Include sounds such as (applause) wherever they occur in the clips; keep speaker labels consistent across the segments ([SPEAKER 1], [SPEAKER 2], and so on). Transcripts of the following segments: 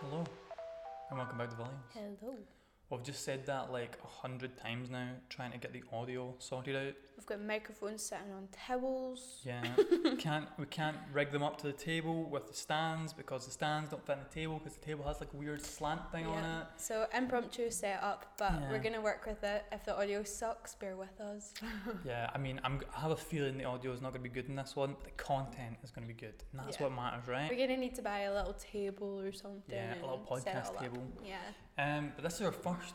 [SPEAKER 1] Hello, and welcome back to Volumes.
[SPEAKER 2] Hello.
[SPEAKER 1] Well, I've just said that like a hundred times now, trying to get the audio sorted out.
[SPEAKER 2] We've got microphones sitting on towels. (laughs)
[SPEAKER 1] Yeah, can't we can't rig them up to the table with the stands because the stands don't fit in the table because the table has like a weird slant thing on
[SPEAKER 2] Yeah.
[SPEAKER 1] it.
[SPEAKER 2] (laughs) So impromptu setup, but
[SPEAKER 1] Yeah.
[SPEAKER 2] we're gonna work with it. If the audio sucks, bear with us.
[SPEAKER 1] Yeah, I mean, I'm, I have a feeling the audio is not going to be good in this one, but the content is going to be good, and that's
[SPEAKER 2] Yeah.
[SPEAKER 1] what matters, right?
[SPEAKER 2] We're gonna need to buy a little table or something.
[SPEAKER 1] Yeah, a little
[SPEAKER 2] and set it all
[SPEAKER 1] podcast
[SPEAKER 2] up.
[SPEAKER 1] table.
[SPEAKER 2] Yeah.
[SPEAKER 1] Um, but this is our first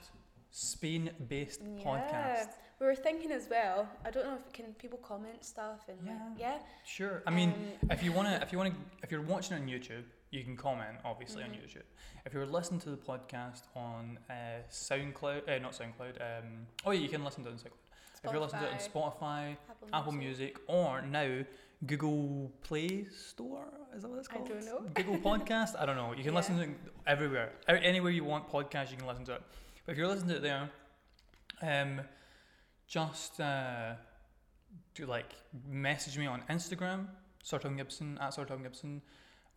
[SPEAKER 1] Spain-based
[SPEAKER 2] Yeah.
[SPEAKER 1] podcast.
[SPEAKER 2] We were thinking as well. I don't know if can people comment stuff and like, yeah.
[SPEAKER 1] Sure, I mean.
[SPEAKER 2] um,
[SPEAKER 1] if you want to if you want to if you're watching on youtube you can comment obviously on
[SPEAKER 2] Mhm.
[SPEAKER 1] youtube if you're listening to the podcast on uh, soundcloud uh, not soundcloud um, oh yeah you can listen to it on soundcloud if you're listening to it on
[SPEAKER 2] Spotify,
[SPEAKER 1] spotify apple music or now google play store is that what it's
[SPEAKER 2] I
[SPEAKER 1] called
[SPEAKER 2] don't know.
[SPEAKER 1] (laughs) google podcast i don't know you can
[SPEAKER 2] Yeah.
[SPEAKER 1] listen to it everywhere A- anywhere you want podcast you can listen to it but if you're listening to it there um, just uh, do like message me on Instagram, Sir Tom Gibson at Sir Tom Gibson,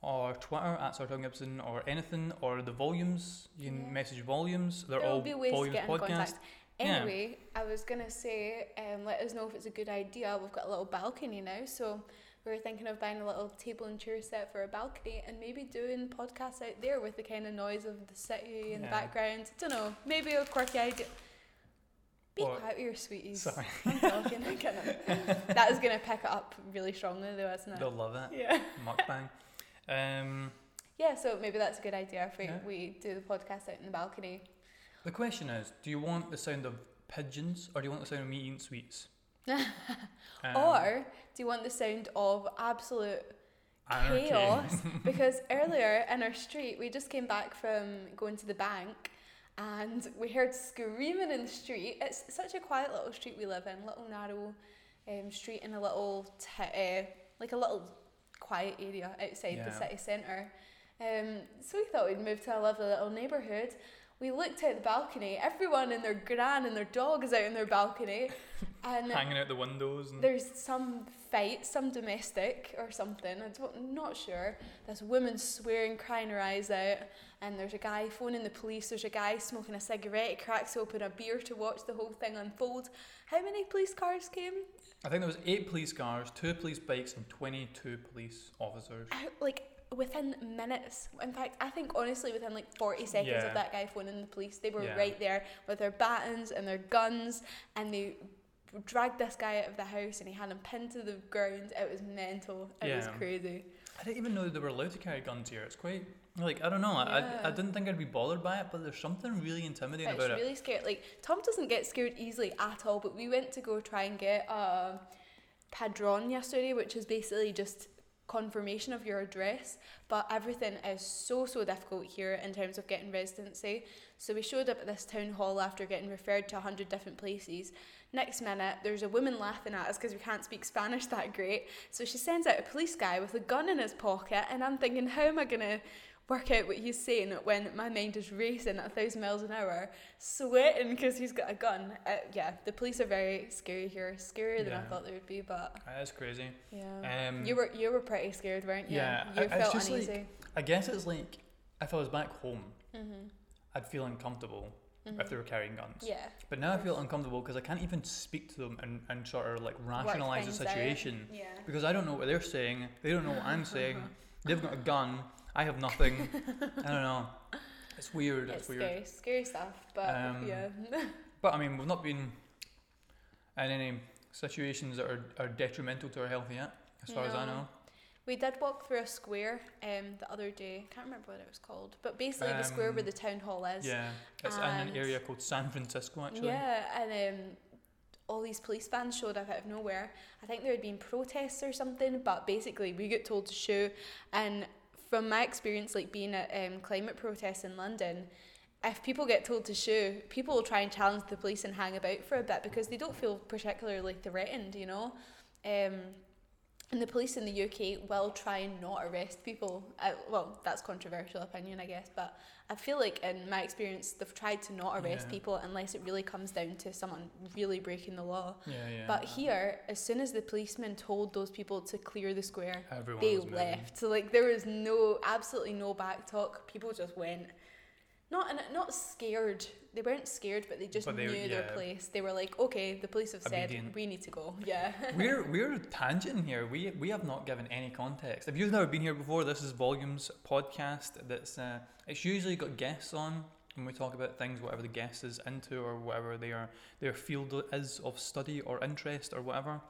[SPEAKER 1] or Twitter at Sir Tom Gibson, or anything, or the volumes. You can
[SPEAKER 2] Yeah.
[SPEAKER 1] message volumes. They're
[SPEAKER 2] There will
[SPEAKER 1] all
[SPEAKER 2] be ways to
[SPEAKER 1] volumes
[SPEAKER 2] get in
[SPEAKER 1] podcast.
[SPEAKER 2] contact.
[SPEAKER 1] Yeah.
[SPEAKER 2] Anyway, I was gonna say, um, let us know if it's a good idea. We've got a little balcony now, so we were thinking of buying a little table and chair set for a balcony and maybe doing podcasts out there with the kind of noise of the city in the
[SPEAKER 1] Yeah.
[SPEAKER 2] background. don't know, maybe a quirky idea. Be
[SPEAKER 1] Or-
[SPEAKER 2] quiet with your sweeties.
[SPEAKER 1] Sorry,
[SPEAKER 2] (laughs) I'm talking.
[SPEAKER 1] (laughs)
[SPEAKER 2] I can't. That is gonna pick it up really strongly, though, isn't it?
[SPEAKER 1] they'll love
[SPEAKER 2] (laughs)
[SPEAKER 1] it.
[SPEAKER 2] Yeah.
[SPEAKER 1] Mukbang. Um,
[SPEAKER 2] Yeah. So maybe that's a good idea if we,
[SPEAKER 1] Yeah.
[SPEAKER 2] we do the podcast out in the balcony.
[SPEAKER 1] the question is, do you want the sound of pigeons or do you want the sound of me eating
[SPEAKER 2] (laughs)
[SPEAKER 1] sweets? Um,
[SPEAKER 2] or do you want the sound of absolute
[SPEAKER 1] anarchy. (laughs)
[SPEAKER 2] chaos because earlier in our street we just came back from going to the bank and we heard screaming in the street it's such a quiet little street we live in little narrow um, street in a little t- uh, like a little quiet area outside the
[SPEAKER 1] Yeah.
[SPEAKER 2] city centre um, so we thought we'd move to a lovely little neighbourhood we looked out the balcony everyone and their gran and their dog is out in
[SPEAKER 1] (laughs)
[SPEAKER 2] their balcony (laughs) and
[SPEAKER 1] hanging out the windows. And,
[SPEAKER 2] there's some fight, some domestic or something. I don't, am not sure. This woman swearing, crying her eyes out, and there's a guy phoning the police. There's a guy smoking a cigarette. He cracks open a beer to watch the whole thing unfold. How many police cars came?
[SPEAKER 1] I think there was eight police cars, two police bikes, and twenty-two police officers.
[SPEAKER 2] Out, like within minutes. In fact, I think honestly, within like 40 seconds
[SPEAKER 1] Yeah.
[SPEAKER 2] of that guy phoning the police, they were
[SPEAKER 1] Yeah.
[SPEAKER 2] right there with their batons and their guns, and they dragged this guy out of the house and he had him pinned to the ground. It was mental. It was
[SPEAKER 1] Yeah.
[SPEAKER 2] crazy.
[SPEAKER 1] I didn't even know they were allowed to carry guns here. It's quite like I don't know. I, I, I
[SPEAKER 2] Yeah.
[SPEAKER 1] didn't think I'd be bothered by it, but there's something really intimidating
[SPEAKER 2] It's
[SPEAKER 1] about it.
[SPEAKER 2] really scary. Like Tom doesn't get scared easily at all, but we went to go try and get a padron yesterday, which is basically just confirmation of your address. But everything is so so difficult here in terms of getting residency. So we showed up at this town hall after getting referred to a hundred different places. Next minute, there's a woman laughing at us because we can't speak Spanish that great. So she sends out a police guy with a gun in his pocket, and I'm thinking, how am I gonna? Work out what he's saying when my mind is racing at a thousand miles an hour, sweating because he's got a gun. Uh, yeah, the police are very scary here, scarier than I
[SPEAKER 1] Yeah.
[SPEAKER 2] thought they would be. But
[SPEAKER 1] Ah, That's crazy.
[SPEAKER 2] yeah,
[SPEAKER 1] Um,
[SPEAKER 2] you were you were pretty scared, weren't you?
[SPEAKER 1] Yeah, I-
[SPEAKER 2] you
[SPEAKER 1] it's
[SPEAKER 2] felt
[SPEAKER 1] just like-
[SPEAKER 2] uneasy.
[SPEAKER 1] I guess it's like if I was back home,
[SPEAKER 2] mm-hmm.
[SPEAKER 1] I'd feel uncomfortable if they were carrying guns.
[SPEAKER 2] yeah,
[SPEAKER 1] But now I feel uncomfortable because I can't even speak to them and, and sort of like rationalize the
[SPEAKER 2] things out.
[SPEAKER 1] situation
[SPEAKER 2] yeah.
[SPEAKER 1] because I don't know what they're saying. They don't know what I'm
[SPEAKER 2] (laughs)
[SPEAKER 1] saying. They've got a gun. I have nothing. I don't
[SPEAKER 2] (laughs)
[SPEAKER 1] know. It's weird. It's,
[SPEAKER 2] It's
[SPEAKER 1] weird.
[SPEAKER 2] scary, scary stuff. But
[SPEAKER 1] Um,
[SPEAKER 2] yeah,
[SPEAKER 1] But I mean, we've not been in any situations that are, are detrimental to our health yet, as far as I
[SPEAKER 2] No.
[SPEAKER 1] know.
[SPEAKER 2] we did walk through a square um the other day. I can't remember what it was called, but basically the square where
[SPEAKER 1] Um,
[SPEAKER 2] the town hall is.
[SPEAKER 1] Yeah, it's in an
[SPEAKER 2] And-
[SPEAKER 1] area called San Francisco, actually.
[SPEAKER 2] Yeah, and um, all these police vans showed up out of nowhere. I think there had been protests or something, but basically we get told to shoot. And from my experience, like being at um, climate protests in London, if people get told to shoo, people will try and challenge the police and hang about for a bit because they don't feel particularly threatened, you know. Um, And the police in the UK will try and not arrest people. I, well, that's controversial opinion, I guess, but I feel like in my experience, they've tried to not arrest
[SPEAKER 1] Yeah.
[SPEAKER 2] people unless it really comes down to someone really breaking the law.
[SPEAKER 1] Yeah, yeah.
[SPEAKER 2] But here, as soon as the policeman told those people to clear the square,
[SPEAKER 1] Everyone
[SPEAKER 2] they
[SPEAKER 1] was moving.
[SPEAKER 2] left. So like there was no, absolutely no back talk. People just went. Not and not scared. They weren't scared, but they just
[SPEAKER 1] But they-
[SPEAKER 2] knew their
[SPEAKER 1] yeah.
[SPEAKER 2] place. They were like, okay, the police have said
[SPEAKER 1] Obedient.
[SPEAKER 2] we need to go. (laughs) Yeah.
[SPEAKER 1] we're we're tangenting here. We we have not given any context. If you've never been here before, this is Volumes podcast. That's uh, it's usually got guests on, and we talk about things whatever the guest is into or whatever their their field is of study or interest or whatever.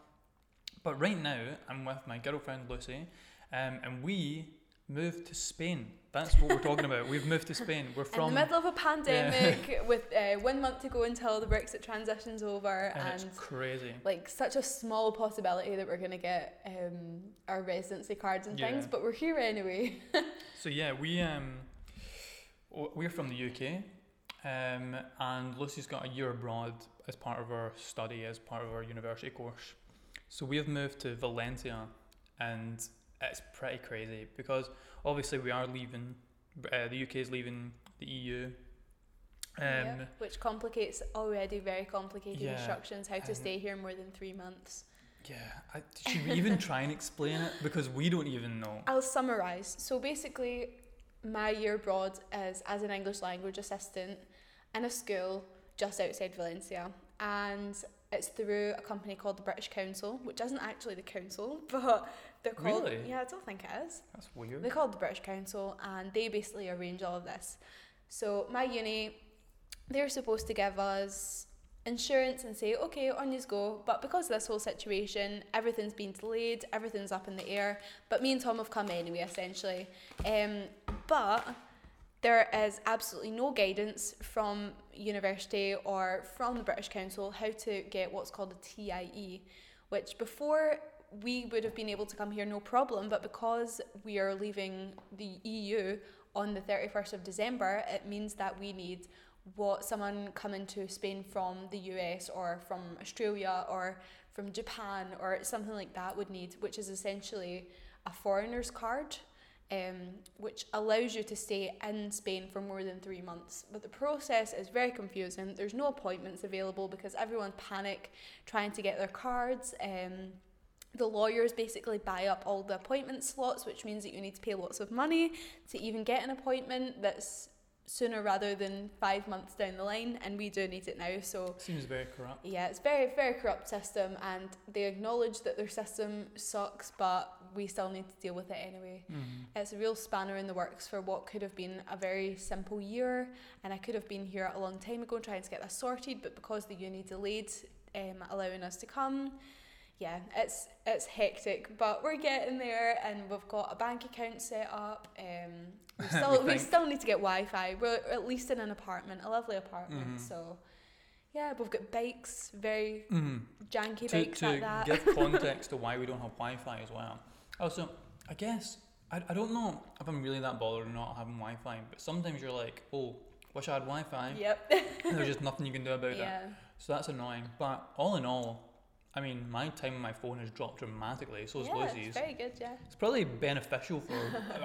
[SPEAKER 1] But right now, I'm with my girlfriend Lucy, um, and we moved to Spain. That's what we're talking about. We've moved to Spain. We're
[SPEAKER 2] (laughs) In
[SPEAKER 1] from
[SPEAKER 2] the middle of a pandemic,
[SPEAKER 1] (laughs)
[SPEAKER 2] with uh, one month to go until the Brexit transition's over,
[SPEAKER 1] and
[SPEAKER 2] and,
[SPEAKER 1] it's crazy.
[SPEAKER 2] like such a small possibility that we're gonna get um, our residency cards and things,
[SPEAKER 1] Yeah.
[SPEAKER 2] but we're here anyway. (laughs)
[SPEAKER 1] So yeah, we um, w- we're from the UK, um, and Lucy's got a year abroad as part of her study, as part of her university course. So we have moved to Valencia, and it's pretty crazy because obviously we are leaving. Uh, the UK is leaving the EU. Um,
[SPEAKER 2] Yep, which complicates already very complicated
[SPEAKER 1] Yeah, um,
[SPEAKER 2] instructions how to
[SPEAKER 1] and-
[SPEAKER 2] stay here more than three months.
[SPEAKER 1] Yeah, I, should we even try and explain it because we don't even know.
[SPEAKER 2] I'll summarize. So basically, my year abroad is as an English language assistant in a school just outside Valencia, and it's through a company called the British Council, which isn't actually the council, (laughs) but they're called.
[SPEAKER 1] Really?
[SPEAKER 2] Yeah, I don't think it is.
[SPEAKER 1] That's weird.
[SPEAKER 2] They're called the British Council, and they basically arrange all of this. So my uni, they're supposed to give us insurance and say, okay, on you go. But because of this whole situation, everything's been delayed, everything's up in the air. But me and Tom have come anyway, essentially. Um, but there is absolutely no guidance from university or from the British Council how to get what's called a TIE, which before we would have been able to come here no problem, but because we are leaving the EU on the 31st of December, it means that we need what someone coming to Spain from the US or from Australia or from Japan or something like that would need, which is essentially a foreigner's card um, which allows you to stay in Spain for more than three months. But the process is very confusing. There's no appointments available because everyone panic trying to get their cards. Um, the lawyers basically buy up all the appointment slots, which means that you need to pay lots of money to even get an appointment that's sooner rather than five months down the line. And we do need it now, so
[SPEAKER 1] Seems very
[SPEAKER 2] (laughs)
[SPEAKER 1] corrupt.
[SPEAKER 2] yeah, it's very very corrupt system, and they acknowledge that their system sucks, but we still need to deal with it anyway.
[SPEAKER 1] Mm-hmm.
[SPEAKER 2] It's a real spanner in the works for what could have been a very simple year, and I could have been here a long time ago trying to get this sorted, but because the uni delayed um, allowing us to come, yeah, it's it's hectic, but we're getting there, and we've got a bank account set up.
[SPEAKER 1] (laughs)
[SPEAKER 2] Um, we still we,
[SPEAKER 1] think.
[SPEAKER 2] still need to get Wi-Fi. We're at least in an apartment, a lovely apartment,
[SPEAKER 1] Mhm.
[SPEAKER 2] so. Yeah, we've got bikes, very
[SPEAKER 1] Mm-hmm.
[SPEAKER 2] janky
[SPEAKER 1] to,
[SPEAKER 2] bikes
[SPEAKER 1] to
[SPEAKER 2] like that.
[SPEAKER 1] give context to why we don't have Wi-Fi as well. Also, I guess I, I don't know if I'm really that bothered or not having Wi-Fi, but sometimes you're like, oh, wish I had Wi-Fi.
[SPEAKER 2] (laughs) yep.
[SPEAKER 1] And (laughs) there's just nothing you can do
[SPEAKER 2] (laughs)
[SPEAKER 1] about it.
[SPEAKER 2] yeah.
[SPEAKER 1] So that's annoying. But all in all, I mean, my time on my phone has dropped dramatically. So has
[SPEAKER 2] yeah,
[SPEAKER 1] Lucy's.
[SPEAKER 2] it's very good, yeah.
[SPEAKER 1] It's probably beneficial for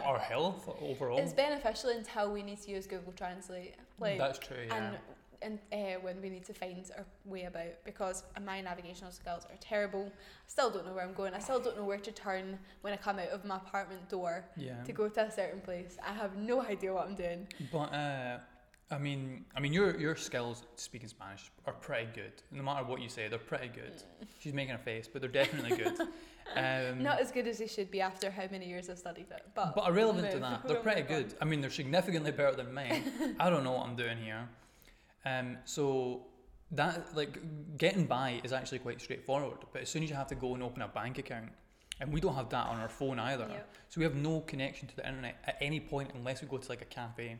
[SPEAKER 1] our health overall.
[SPEAKER 2] It's beneficial until we need to use Google Translate. Like
[SPEAKER 1] that's true. Yeah.
[SPEAKER 2] and and uh, when we need to find our way about because my navigational skills are terrible. I still don't know where I'm going. I still don't know where to turn when I come out of my apartment door
[SPEAKER 1] yeah.
[SPEAKER 2] to go to a certain place. I have no idea what I'm doing.
[SPEAKER 1] But uh, I mean, I mean, your your skills speaking Spanish are pretty good. No matter what you say, they're pretty good. She's making a face, but they're definitely good. Um,
[SPEAKER 2] Not as good as they should be after how many years I've studied it. But
[SPEAKER 1] but irrelevant to
[SPEAKER 2] (laughs) move.
[SPEAKER 1] that, they're
[SPEAKER 2] We'll
[SPEAKER 1] pretty
[SPEAKER 2] move on.
[SPEAKER 1] good. I mean, they're significantly better than mine. I don't know what I'm doing here. Um, so that like getting by is actually quite straightforward. But as soon as you have to go and open a bank account, and we don't have that on our phone either,
[SPEAKER 2] Yep.
[SPEAKER 1] so we have no connection to the internet at any point unless we go to like a cafe.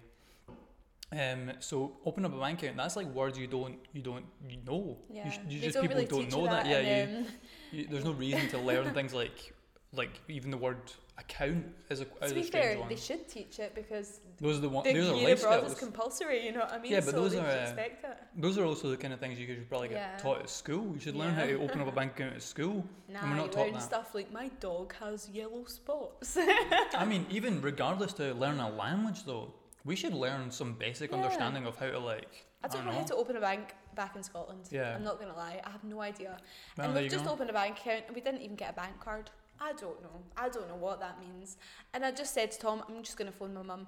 [SPEAKER 1] Um, so open up a bank account. That's like words you don't you don't you know.
[SPEAKER 2] Yeah,
[SPEAKER 1] You, sh- you
[SPEAKER 2] they
[SPEAKER 1] just
[SPEAKER 2] don't
[SPEAKER 1] people
[SPEAKER 2] really
[SPEAKER 1] don't
[SPEAKER 2] teach
[SPEAKER 1] know
[SPEAKER 2] you that.
[SPEAKER 1] Yeah.
[SPEAKER 2] in,
[SPEAKER 1] you,
[SPEAKER 2] um,
[SPEAKER 1] you, there's no reason to learn (laughs) things like like even the word account is a, is
[SPEAKER 2] to
[SPEAKER 1] a
[SPEAKER 2] be
[SPEAKER 1] strange
[SPEAKER 2] fair,
[SPEAKER 1] one.
[SPEAKER 2] they should teach it because
[SPEAKER 1] Those are the one.
[SPEAKER 2] the
[SPEAKER 1] Those are
[SPEAKER 2] year abroad is
[SPEAKER 1] lifestyles.
[SPEAKER 2] compulsory. You know what I mean?
[SPEAKER 1] Yeah, but
[SPEAKER 2] so
[SPEAKER 1] those
[SPEAKER 2] they
[SPEAKER 1] are,
[SPEAKER 2] should
[SPEAKER 1] uh,
[SPEAKER 2] expect it.
[SPEAKER 1] those are also the kind of things you should probably get
[SPEAKER 2] Yeah.
[SPEAKER 1] taught at school. You should learn how
[SPEAKER 2] Yeah.
[SPEAKER 1] to open up a bank account at
[SPEAKER 2] (laughs)
[SPEAKER 1] school.
[SPEAKER 2] Nah,
[SPEAKER 1] we're not
[SPEAKER 2] you
[SPEAKER 1] taught
[SPEAKER 2] learn
[SPEAKER 1] that.
[SPEAKER 2] stuff like my dog has yellow spots. (laughs)
[SPEAKER 1] I mean, even regardless to learn a language though, we should learn some basic
[SPEAKER 2] Yeah.
[SPEAKER 1] understanding of how to like.
[SPEAKER 2] I don't know how to open a bank back in Scotland.
[SPEAKER 1] Yeah.
[SPEAKER 2] I'm not gonna lie, I have no idea.
[SPEAKER 1] Well,
[SPEAKER 2] and
[SPEAKER 1] there
[SPEAKER 2] we've
[SPEAKER 1] you
[SPEAKER 2] just
[SPEAKER 1] go.
[SPEAKER 2] opened a bank account and we didn't even get a bank card. I don't know. I don't know what that means. And I just said to Tom, I'm just gonna phone my mum.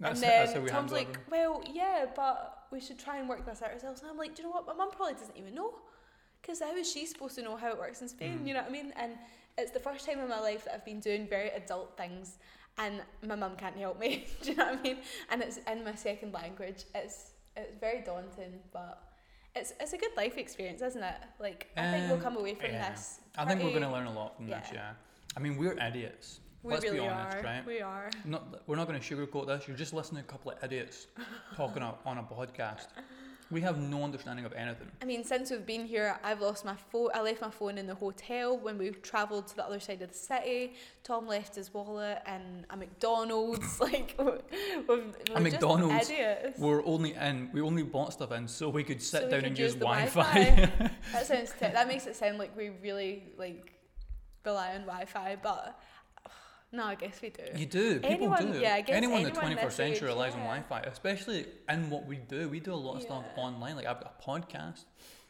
[SPEAKER 1] That's,
[SPEAKER 2] and then
[SPEAKER 1] that's how we
[SPEAKER 2] Tom's
[SPEAKER 1] handle
[SPEAKER 2] like,
[SPEAKER 1] it.
[SPEAKER 2] Well, yeah, but we should try and work this out ourselves. And I'm like, Do you know what? My mum probably doesn't even know. Because how is she supposed to know how it works in Spain?
[SPEAKER 1] Mm.
[SPEAKER 2] You know what I mean? And it's the first time in my life that I've been doing very adult things and my mum can't help me. (laughs) Do you know what I mean? And it's in my second language. It's it's very daunting, but it's it's a good life experience, isn't it? Like I think we'll
[SPEAKER 1] Um,
[SPEAKER 2] come away from
[SPEAKER 1] yeah.
[SPEAKER 2] this.
[SPEAKER 1] I think we're
[SPEAKER 2] pretty-
[SPEAKER 1] going to learn a lot from this.
[SPEAKER 2] yeah.
[SPEAKER 1] Yeah. I mean, we're idiots.
[SPEAKER 2] We
[SPEAKER 1] let's be
[SPEAKER 2] really
[SPEAKER 1] honest,
[SPEAKER 2] are.
[SPEAKER 1] right?
[SPEAKER 2] We are.
[SPEAKER 1] Not, we're not going to sugarcoat this. You're just listening to a couple of
[SPEAKER 2] (laughs)
[SPEAKER 1] idiots talking on, on a podcast. We have no understanding of anything.
[SPEAKER 2] I mean, since we've been here, I've lost my phone. I left my phone in the hotel when we travelled to the other side of the city. Tom left his wallet and a McDonald's. (laughs) like, we've, we're just
[SPEAKER 1] McDonald's?
[SPEAKER 2] idiots.
[SPEAKER 1] We're only in. We only bought stuff in so we could sit
[SPEAKER 2] So we
[SPEAKER 1] down
[SPEAKER 2] could
[SPEAKER 1] and
[SPEAKER 2] use
[SPEAKER 1] use,
[SPEAKER 2] the
[SPEAKER 1] Wi-Fi.
[SPEAKER 2] Wi-Fi. That sounds. Te- that makes it sound like we really like rely on Wi-Fi, but (sighs) no, I guess we do.
[SPEAKER 1] (laughs) you do. People
[SPEAKER 2] Anyone-
[SPEAKER 1] do.
[SPEAKER 2] yeah, I guess
[SPEAKER 1] anyone in the
[SPEAKER 2] anyone
[SPEAKER 1] 21st
[SPEAKER 2] this age,
[SPEAKER 1] century relies on
[SPEAKER 2] yeah.
[SPEAKER 1] Wi-Fi, especially in what we do. We do a lot of stuff
[SPEAKER 2] Yeah.
[SPEAKER 1] online. Like I've got a podcast.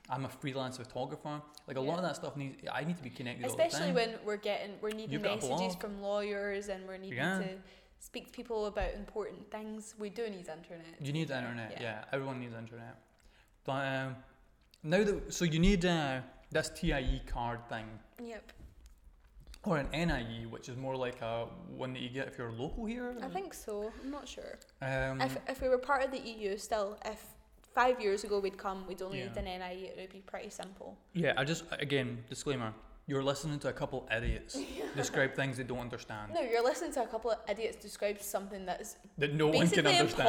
[SPEAKER 1] I'm a freelance photographer. Like a lot of
[SPEAKER 2] Yeah.
[SPEAKER 1] that stuff needs. I need to be connected. all
[SPEAKER 2] Especially
[SPEAKER 1] the time.
[SPEAKER 2] when we're getting we're needing
[SPEAKER 1] You've got a
[SPEAKER 2] messages
[SPEAKER 1] blog.
[SPEAKER 2] from lawyers and we're needing
[SPEAKER 1] Yeah.
[SPEAKER 2] to speak to people about important things. We do need internet.
[SPEAKER 1] you need
[SPEAKER 2] Yeah.
[SPEAKER 1] internet. Yeah. everyone needs internet. But um, now that so you need uh, this TIE card thing
[SPEAKER 2] Yep.
[SPEAKER 1] or an NIE, which is more like a one that you get if you're local here.
[SPEAKER 2] I think so. I'm not sure.
[SPEAKER 1] Um,
[SPEAKER 2] If if we were part of the EU still, if five years ago we'd come, we'd only need
[SPEAKER 1] Yeah.
[SPEAKER 2] an NIE. It would be pretty simple.
[SPEAKER 1] Yeah, I just again disclaimer: you're listening to a couple
[SPEAKER 2] (laughs)
[SPEAKER 1] idiots describe things they don't understand
[SPEAKER 2] No, you're listening to a couple of idiots describe something that's
[SPEAKER 1] that no one can
[SPEAKER 2] basically
[SPEAKER 1] understand.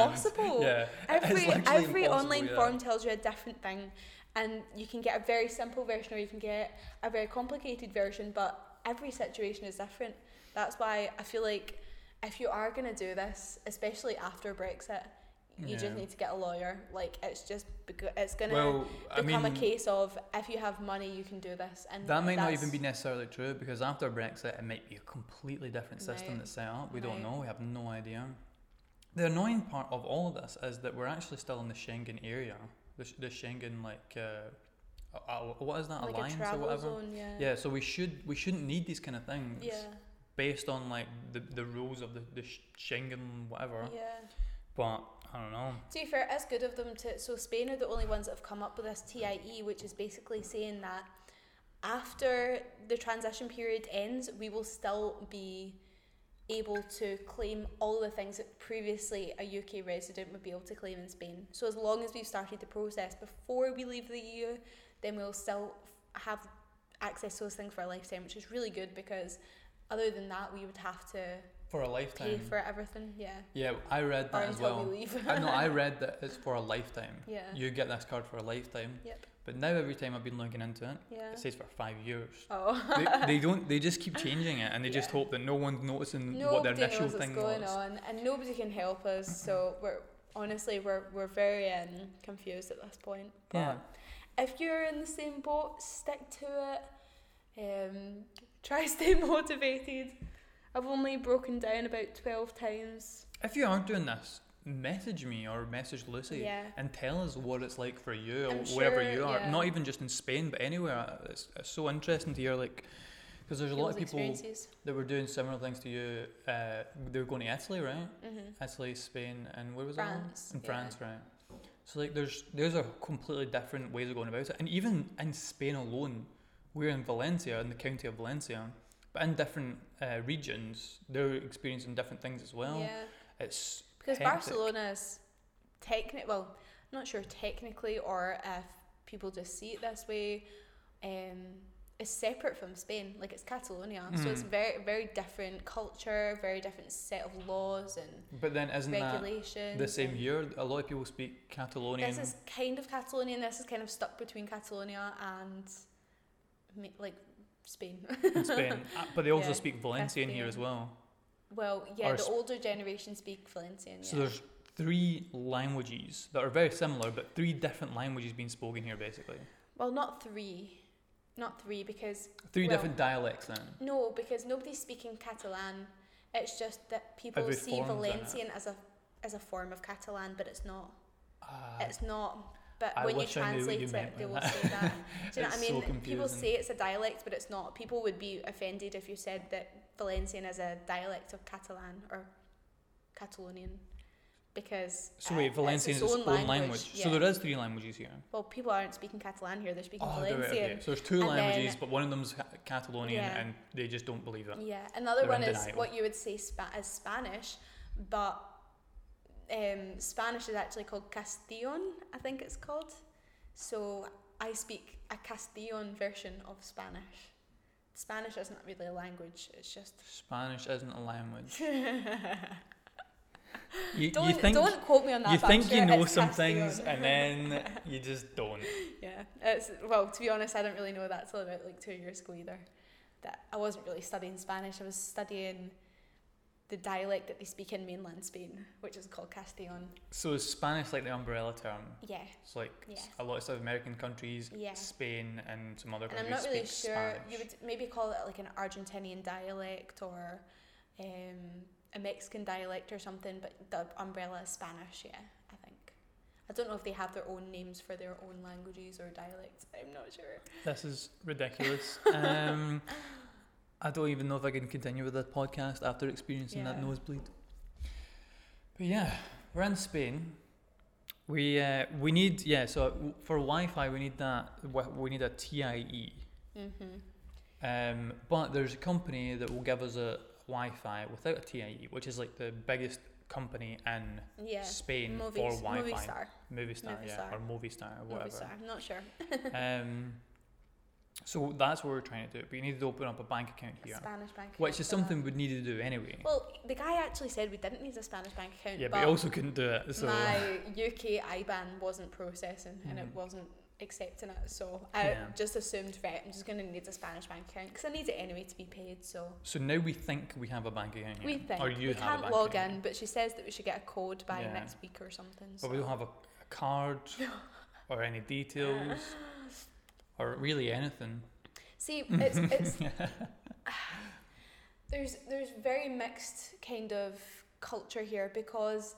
[SPEAKER 1] (laughs)
[SPEAKER 2] impossible.
[SPEAKER 1] Yeah, it's
[SPEAKER 2] Every
[SPEAKER 1] literally
[SPEAKER 2] every
[SPEAKER 1] impossible,
[SPEAKER 2] online
[SPEAKER 1] yeah.
[SPEAKER 2] form tells you a different thing, and you can get a very simple version or you can get a very complicated version. But every situation is different. That's why I feel like if you are gonna do this, especially after Brexit, you
[SPEAKER 1] Yeah.
[SPEAKER 2] just need to get a lawyer. Like it's just becau- it's gonna
[SPEAKER 1] Well, I
[SPEAKER 2] become
[SPEAKER 1] mean,
[SPEAKER 2] a case of if you have money, you can do this. And
[SPEAKER 1] that might not even
[SPEAKER 2] that's-
[SPEAKER 1] be necessarily true because after Brexit, it might be a completely different system
[SPEAKER 2] Right.
[SPEAKER 1] that's set up. We
[SPEAKER 2] Right.
[SPEAKER 1] don't know. We have no idea. The annoying part of all of this is that we're actually still in the Schengen area. The, sh- the Schengen like. Uh, uh, uh, what is that
[SPEAKER 2] like
[SPEAKER 1] alliance
[SPEAKER 2] a
[SPEAKER 1] or
[SPEAKER 2] travel
[SPEAKER 1] whatever?
[SPEAKER 2] zone. Yeah.
[SPEAKER 1] Yeah, so we should we shouldn't need these kind of things
[SPEAKER 2] Yeah.
[SPEAKER 1] based on like the, the rules of the, the sh- Schengen whatever.
[SPEAKER 2] Yeah.
[SPEAKER 1] But I don't know.
[SPEAKER 2] To be fair, it's good of them to. So Spain are the only ones that have come up with this TIE, which is basically saying that after the transition period ends, we will still be able to claim all the things that previously a UK resident would be able to claim in Spain. So as long as we've started the process before we leave the EU, then we'll still have access to those things for a lifetime, which is really good because other than that, we would have to
[SPEAKER 1] For a
[SPEAKER 2] pay
[SPEAKER 1] lifetime.
[SPEAKER 2] for everything. Yeah.
[SPEAKER 1] yeah, I read
[SPEAKER 2] Or
[SPEAKER 1] that as
[SPEAKER 2] until
[SPEAKER 1] well.
[SPEAKER 2] we leave.
[SPEAKER 1] I know
[SPEAKER 2] (laughs)
[SPEAKER 1] I read that it's for a lifetime.
[SPEAKER 2] yeah.
[SPEAKER 1] You get this card for a lifetime.
[SPEAKER 2] Yep.
[SPEAKER 1] But now every time I've been looking into it,
[SPEAKER 2] Yeah.
[SPEAKER 1] it says for five years.
[SPEAKER 2] (laughs) Oh.
[SPEAKER 1] they, they don't. They just keep changing it, and they just
[SPEAKER 2] Yeah.
[SPEAKER 1] hope that no one's noticing
[SPEAKER 2] Nobody
[SPEAKER 1] what their initial
[SPEAKER 2] knows what's
[SPEAKER 1] thing
[SPEAKER 2] going
[SPEAKER 1] was.
[SPEAKER 2] on, and nobody can help us. So we're honestly we're we're very um, confused at this point. But
[SPEAKER 1] Yeah.
[SPEAKER 2] if you're in the same boat, stick to it. Um, try (laughs) to stay motivated. I've only broken down about twelve times.
[SPEAKER 1] If you aren't doing this, message me or message Lucy.
[SPEAKER 2] Yeah.
[SPEAKER 1] And tell us what it's like for you, or
[SPEAKER 2] I'm
[SPEAKER 1] wherever
[SPEAKER 2] sure-
[SPEAKER 1] you are.
[SPEAKER 2] yeah.
[SPEAKER 1] Not even just in Spain, but anywhere. It's, it's so interesting to hear, like, because there's a lot of people
[SPEAKER 2] Experiences.
[SPEAKER 1] that were doing similar things to you. Uh, they were going to Italy, right?
[SPEAKER 2] Mm-hmm.
[SPEAKER 1] Italy, Spain, and where was that? one?
[SPEAKER 2] France.
[SPEAKER 1] In
[SPEAKER 2] yeah.
[SPEAKER 1] France, right? So like, there's there's a completely different ways of going about it, and even in Spain alone, we're in Valencia, in the county of Valencia, but in different uh, regions, they're experiencing different things as well.
[SPEAKER 2] yeah.
[SPEAKER 1] It's
[SPEAKER 2] Because
[SPEAKER 1] hectic.
[SPEAKER 2] Barcelona's technic well, I'm not sure technically or if people just see it this way, um, is separate from Spain. Like it's Catalonia, so it's
[SPEAKER 1] Mm.
[SPEAKER 2] very very different culture, very different set of laws and
[SPEAKER 1] But then isn't that
[SPEAKER 2] regulations.
[SPEAKER 1] the same
[SPEAKER 2] and-
[SPEAKER 1] year? A lot of people speak Catalonian.
[SPEAKER 2] This is kind of Catalonian. This is kind of stuck between Catalonia and ma- like Spain.
[SPEAKER 1] in
[SPEAKER 2] (laughs)
[SPEAKER 1] Spain. Uh, But they also
[SPEAKER 2] Yeah,
[SPEAKER 1] speak Valencian here as
[SPEAKER 2] Caspian.
[SPEAKER 1] well.
[SPEAKER 2] Well, yeah,
[SPEAKER 1] Or
[SPEAKER 2] the
[SPEAKER 1] sp-
[SPEAKER 2] older generation speak Valencian.
[SPEAKER 1] So
[SPEAKER 2] yeah.
[SPEAKER 1] there's three languages that are very similar, but three different languages being spoken here basically.
[SPEAKER 2] well, not three, not three because
[SPEAKER 1] Three
[SPEAKER 2] Well-
[SPEAKER 1] different dialects then.
[SPEAKER 2] no, because nobody's speaking Catalan. It's just that people
[SPEAKER 1] Every
[SPEAKER 2] see
[SPEAKER 1] form's in it.
[SPEAKER 2] Valencian as a as a form of Catalan, but it's not.
[SPEAKER 1] Ah,
[SPEAKER 2] it's not. But
[SPEAKER 1] I
[SPEAKER 2] when you
[SPEAKER 1] wish I knew what
[SPEAKER 2] translate
[SPEAKER 1] you meant
[SPEAKER 2] it, they
[SPEAKER 1] by
[SPEAKER 2] will
[SPEAKER 1] that. (laughs)
[SPEAKER 2] say that. Do you know what I
[SPEAKER 1] It's
[SPEAKER 2] mean?
[SPEAKER 1] so
[SPEAKER 2] People
[SPEAKER 1] confusing.
[SPEAKER 2] say it's a dialect, but it's not. People would be offended if you said that Valencian is a dialect of Catalan or Catalonian, because
[SPEAKER 1] so
[SPEAKER 2] uh,
[SPEAKER 1] wait, Valencian
[SPEAKER 2] it's
[SPEAKER 1] is
[SPEAKER 2] its,
[SPEAKER 1] its own language.
[SPEAKER 2] yeah.
[SPEAKER 1] So there is three languages here.
[SPEAKER 2] Well, people aren't speaking Catalan here; they're speaking
[SPEAKER 1] Oh, right,
[SPEAKER 2] Valencian.
[SPEAKER 1] okay. So there's two
[SPEAKER 2] And
[SPEAKER 1] languages,
[SPEAKER 2] then-
[SPEAKER 1] but one of them's ca- Catalonian,
[SPEAKER 2] Yeah.
[SPEAKER 1] and they just don't believe it.
[SPEAKER 2] Yeah, another
[SPEAKER 1] They're
[SPEAKER 2] one is
[SPEAKER 1] undeniable.
[SPEAKER 2] what you would say spa- as Spanish, but um, Spanish is actually called Castillon, I think it's called. So I speak a Castillon version of Spanish. Spanish isn't really a language, it's just. (laughs)
[SPEAKER 1] Spanish isn't a language. You,
[SPEAKER 2] don't,
[SPEAKER 1] you think
[SPEAKER 2] don't quote me on that.
[SPEAKER 1] you
[SPEAKER 2] but I'm
[SPEAKER 1] think you
[SPEAKER 2] sure
[SPEAKER 1] know
[SPEAKER 2] it's
[SPEAKER 1] some
[SPEAKER 2] Castillon.
[SPEAKER 1] things, and
[SPEAKER 2] (laughs)
[SPEAKER 1] then you just don't.
[SPEAKER 2] yeah, it's well. To be honest, I didn't really know that till about like two years ago either. That I wasn't really studying Spanish. I was studying the dialect that they speak in mainland Spain, which is called Castillon.
[SPEAKER 1] So is Spanish like the umbrella term?
[SPEAKER 2] Yeah,
[SPEAKER 1] It's like
[SPEAKER 2] Yeah.
[SPEAKER 1] s- a lot of South American countries,
[SPEAKER 2] Yeah.
[SPEAKER 1] Spain, and some other
[SPEAKER 2] and I'm
[SPEAKER 1] countries
[SPEAKER 2] not really
[SPEAKER 1] speak
[SPEAKER 2] sure.
[SPEAKER 1] Spanish.
[SPEAKER 2] You would maybe call it like an Argentinian dialect or um, a Mexican dialect or something, but the umbrella is Spanish. Yeah, I think. I don't know if they have their own names for their own languages or dialects. I'm not sure.
[SPEAKER 1] This is
[SPEAKER 2] (laughs)
[SPEAKER 1] ridiculous. um, I don't even know if I can continue with this podcast after experiencing that
[SPEAKER 2] Yeah.
[SPEAKER 1] nosebleed. But yeah, we're in Spain. We uh, we need yeah. So w- for Wi-Fi, we need that. wi- We need a TIE.
[SPEAKER 2] Mm-hmm.
[SPEAKER 1] Um, but there's a company that will give us a Wi-Fi without a TIE, which is like the biggest company in
[SPEAKER 2] Yeah.
[SPEAKER 1] Spain
[SPEAKER 2] Movies,
[SPEAKER 1] for Wi-Fi.
[SPEAKER 2] movie star,
[SPEAKER 1] Movistar, yeah,
[SPEAKER 2] Movistar.
[SPEAKER 1] or Movistar, or whatever.
[SPEAKER 2] movie star. I'm not sure. (laughs)
[SPEAKER 1] Um, so that's what we're trying to do. But you need to open up a bank account here,
[SPEAKER 2] Spanish bank.
[SPEAKER 1] which
[SPEAKER 2] account
[SPEAKER 1] is
[SPEAKER 2] for that.
[SPEAKER 1] something we need to do anyway.
[SPEAKER 2] Well, the guy actually said we didn't need a Spanish bank account.
[SPEAKER 1] yeah,
[SPEAKER 2] but
[SPEAKER 1] but we also couldn't do it. So
[SPEAKER 2] my UK IBAN wasn't processing and it
[SPEAKER 1] Mhm.
[SPEAKER 2] wasn't accepting it, so I
[SPEAKER 1] Yeah.
[SPEAKER 2] just assumed right. I'm just gonna need a Spanish bank account because I need it anyway to be paid. So
[SPEAKER 1] so now we think we have a bank account. Here,
[SPEAKER 2] we think
[SPEAKER 1] or you
[SPEAKER 2] we
[SPEAKER 1] have a
[SPEAKER 2] can't
[SPEAKER 1] bank
[SPEAKER 2] log
[SPEAKER 1] account.
[SPEAKER 2] in, but she says that we should get a code by
[SPEAKER 1] Yeah.
[SPEAKER 2] next week or something. So.
[SPEAKER 1] but we don't have a, a
[SPEAKER 2] (laughs)
[SPEAKER 1] card or any
[SPEAKER 2] (gasps)
[SPEAKER 1] details or really anything.
[SPEAKER 2] See,
[SPEAKER 1] (laughs)
[SPEAKER 2] it's, it's there's there's very mixed kind of culture here because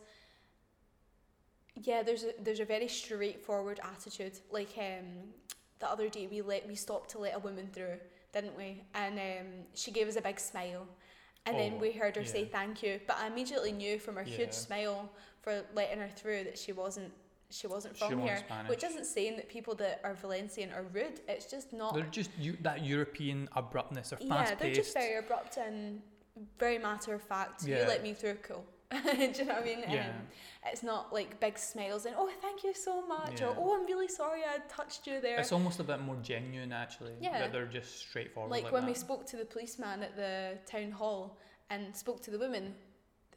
[SPEAKER 2] yeah, there's a there's a very straightforward attitude. Like um, the other day we let we stopped to let a woman through, didn't we? And um, she gave us a big smile. And
[SPEAKER 1] Oh,
[SPEAKER 2] then we heard her say
[SPEAKER 1] yeah.
[SPEAKER 2] thank you, but I immediately knew from her
[SPEAKER 1] Yeah.
[SPEAKER 2] huge smile for letting her through that she wasn't she wasn't
[SPEAKER 1] She
[SPEAKER 2] from
[SPEAKER 1] wasn't
[SPEAKER 2] here. Which
[SPEAKER 1] Spanish.
[SPEAKER 2] isn't saying that people that are Valencian are rude. It's just not
[SPEAKER 1] They're just you, that European abruptness or
[SPEAKER 2] yeah,
[SPEAKER 1] fast
[SPEAKER 2] they're just
[SPEAKER 1] paced.
[SPEAKER 2] very abrupt and very matter of fact. You
[SPEAKER 1] Yeah.
[SPEAKER 2] let me through, cool. (laughs) Do you know what I mean?
[SPEAKER 1] Yeah.
[SPEAKER 2] Um, it's not like big smiles and oh, thank you so much, or
[SPEAKER 1] Yeah.
[SPEAKER 2] oh, I'm really sorry I touched you there.
[SPEAKER 1] It's almost a bit more genuine actually.
[SPEAKER 2] Yeah.
[SPEAKER 1] That they're just straightforward.
[SPEAKER 2] like
[SPEAKER 1] Like,
[SPEAKER 2] when we
[SPEAKER 1] that.
[SPEAKER 2] spoke to the policeman at the town hall and spoke to the women,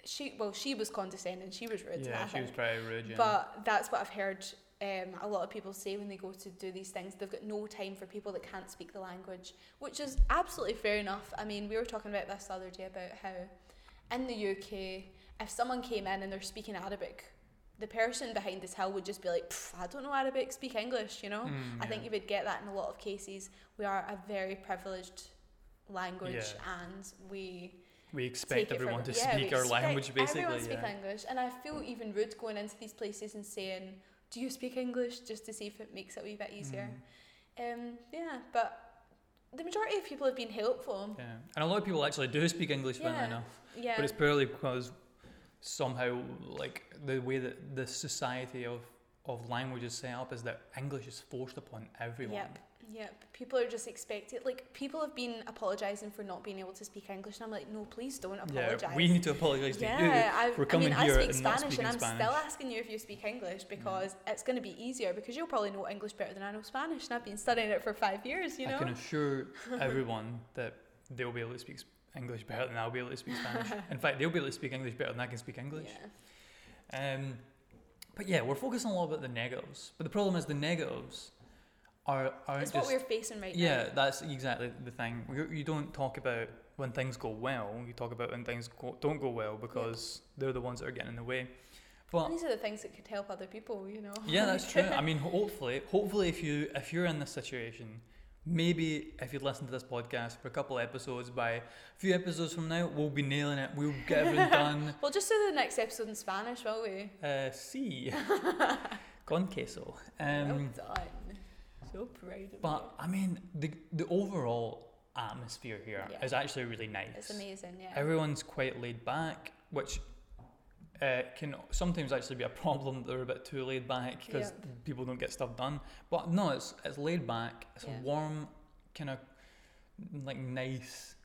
[SPEAKER 2] she well, she was condescending, she was rude.
[SPEAKER 1] Yeah,
[SPEAKER 2] I
[SPEAKER 1] she was
[SPEAKER 2] think.
[SPEAKER 1] pretty rude. Yeah.
[SPEAKER 2] But that's what I've heard um, a lot of people say when they go to do these things. They've got no time for people that can't speak the language, which is absolutely fair enough. I mean, we were talking about this the other day about how in the UK, if someone came in and they're speaking Arabic, the person behind the till would just be like, "Pff, I don't know Arabic, speak English, you know?
[SPEAKER 1] Mm,
[SPEAKER 2] I think
[SPEAKER 1] yeah.
[SPEAKER 2] you would get that in a lot of cases. We are a very privileged language
[SPEAKER 1] Yeah.
[SPEAKER 2] and we
[SPEAKER 1] we expect
[SPEAKER 2] take it for-
[SPEAKER 1] everyone to
[SPEAKER 2] yeah, we
[SPEAKER 1] speak our
[SPEAKER 2] expect
[SPEAKER 1] language basically.
[SPEAKER 2] Everyone speak
[SPEAKER 1] yeah.
[SPEAKER 2] English, and I feel even rude going into these places and saying, "Do you speak English?" just to see if it makes it a wee bit easier.
[SPEAKER 1] Mm.
[SPEAKER 2] Um, yeah, but the majority of people have been helpful.
[SPEAKER 1] Mm, Yeah, and a lot of people actually do speak English,
[SPEAKER 2] Yeah,
[SPEAKER 1] funnily enough,
[SPEAKER 2] Yeah,
[SPEAKER 1] but it's purely because somehow, like the way that the society of of language is set up is that English is forced upon everyone.
[SPEAKER 2] Yep. Yep. People are just expected. Like people have been apologising for not being able to speak English, and I'm like, no, please don't apologise.
[SPEAKER 1] Yeah, we need to apologize to
[SPEAKER 2] Yeah,
[SPEAKER 1] you
[SPEAKER 2] I,
[SPEAKER 1] for
[SPEAKER 2] I mean,
[SPEAKER 1] coming
[SPEAKER 2] I
[SPEAKER 1] here
[SPEAKER 2] speak
[SPEAKER 1] and not
[SPEAKER 2] Spanish,
[SPEAKER 1] speaking
[SPEAKER 2] and I'm
[SPEAKER 1] Spanish. Mm.
[SPEAKER 2] still asking you if you speak English because it's going to be easier because you'll probably know English better than I know Spanish, and I've been studying it for five years. You know,
[SPEAKER 1] I can assure
[SPEAKER 2] (laughs)
[SPEAKER 1] everyone that they'll be able to speak s- English better than I'll be able to speak
[SPEAKER 2] (laughs)
[SPEAKER 1] Spanish. In fact, they'll be able to speak English better than I can speak English.
[SPEAKER 2] Yeah.
[SPEAKER 1] Um, but yeah, we're focusing a lot about the negatives. But the problem is the negatives are aren't
[SPEAKER 2] It's what
[SPEAKER 1] just
[SPEAKER 2] we're facing right
[SPEAKER 1] yeah.
[SPEAKER 2] now.
[SPEAKER 1] That's exactly the thing. You, you don't talk about when things go well. You talk about when things go, don't go well because they're the ones that are getting in the way. But
[SPEAKER 2] (laughs) And these are the things that could help other people, you know.
[SPEAKER 1] yeah, that's
[SPEAKER 2] (laughs)
[SPEAKER 1] true. I
[SPEAKER 2] Like,
[SPEAKER 1] mean, hopefully, hopefully, if you if you're in this situation, maybe if you'd listen to this podcast for a couple episodes, by a few episodes from now, we'll be nailing it. We'll get
[SPEAKER 2] (laughs)
[SPEAKER 1] everything done.
[SPEAKER 2] We'll just do the next episode in Spanish, won't we?
[SPEAKER 1] Uh,
[SPEAKER 2] (laughs)
[SPEAKER 1] sí, con queso. Um,
[SPEAKER 2] well done. So proud of
[SPEAKER 1] but I mean, the the overall atmosphere here is
[SPEAKER 2] Yeah.
[SPEAKER 1] actually really nice.
[SPEAKER 2] you. It's amazing, yeah.
[SPEAKER 1] Everyone's quite laid back, which uh, can sometimes actually be a problem. that They're a bit too laid back because people don't get stuff done. But no, it's it's laid back. It's
[SPEAKER 2] Yeah.
[SPEAKER 1] a warm, kind of like nice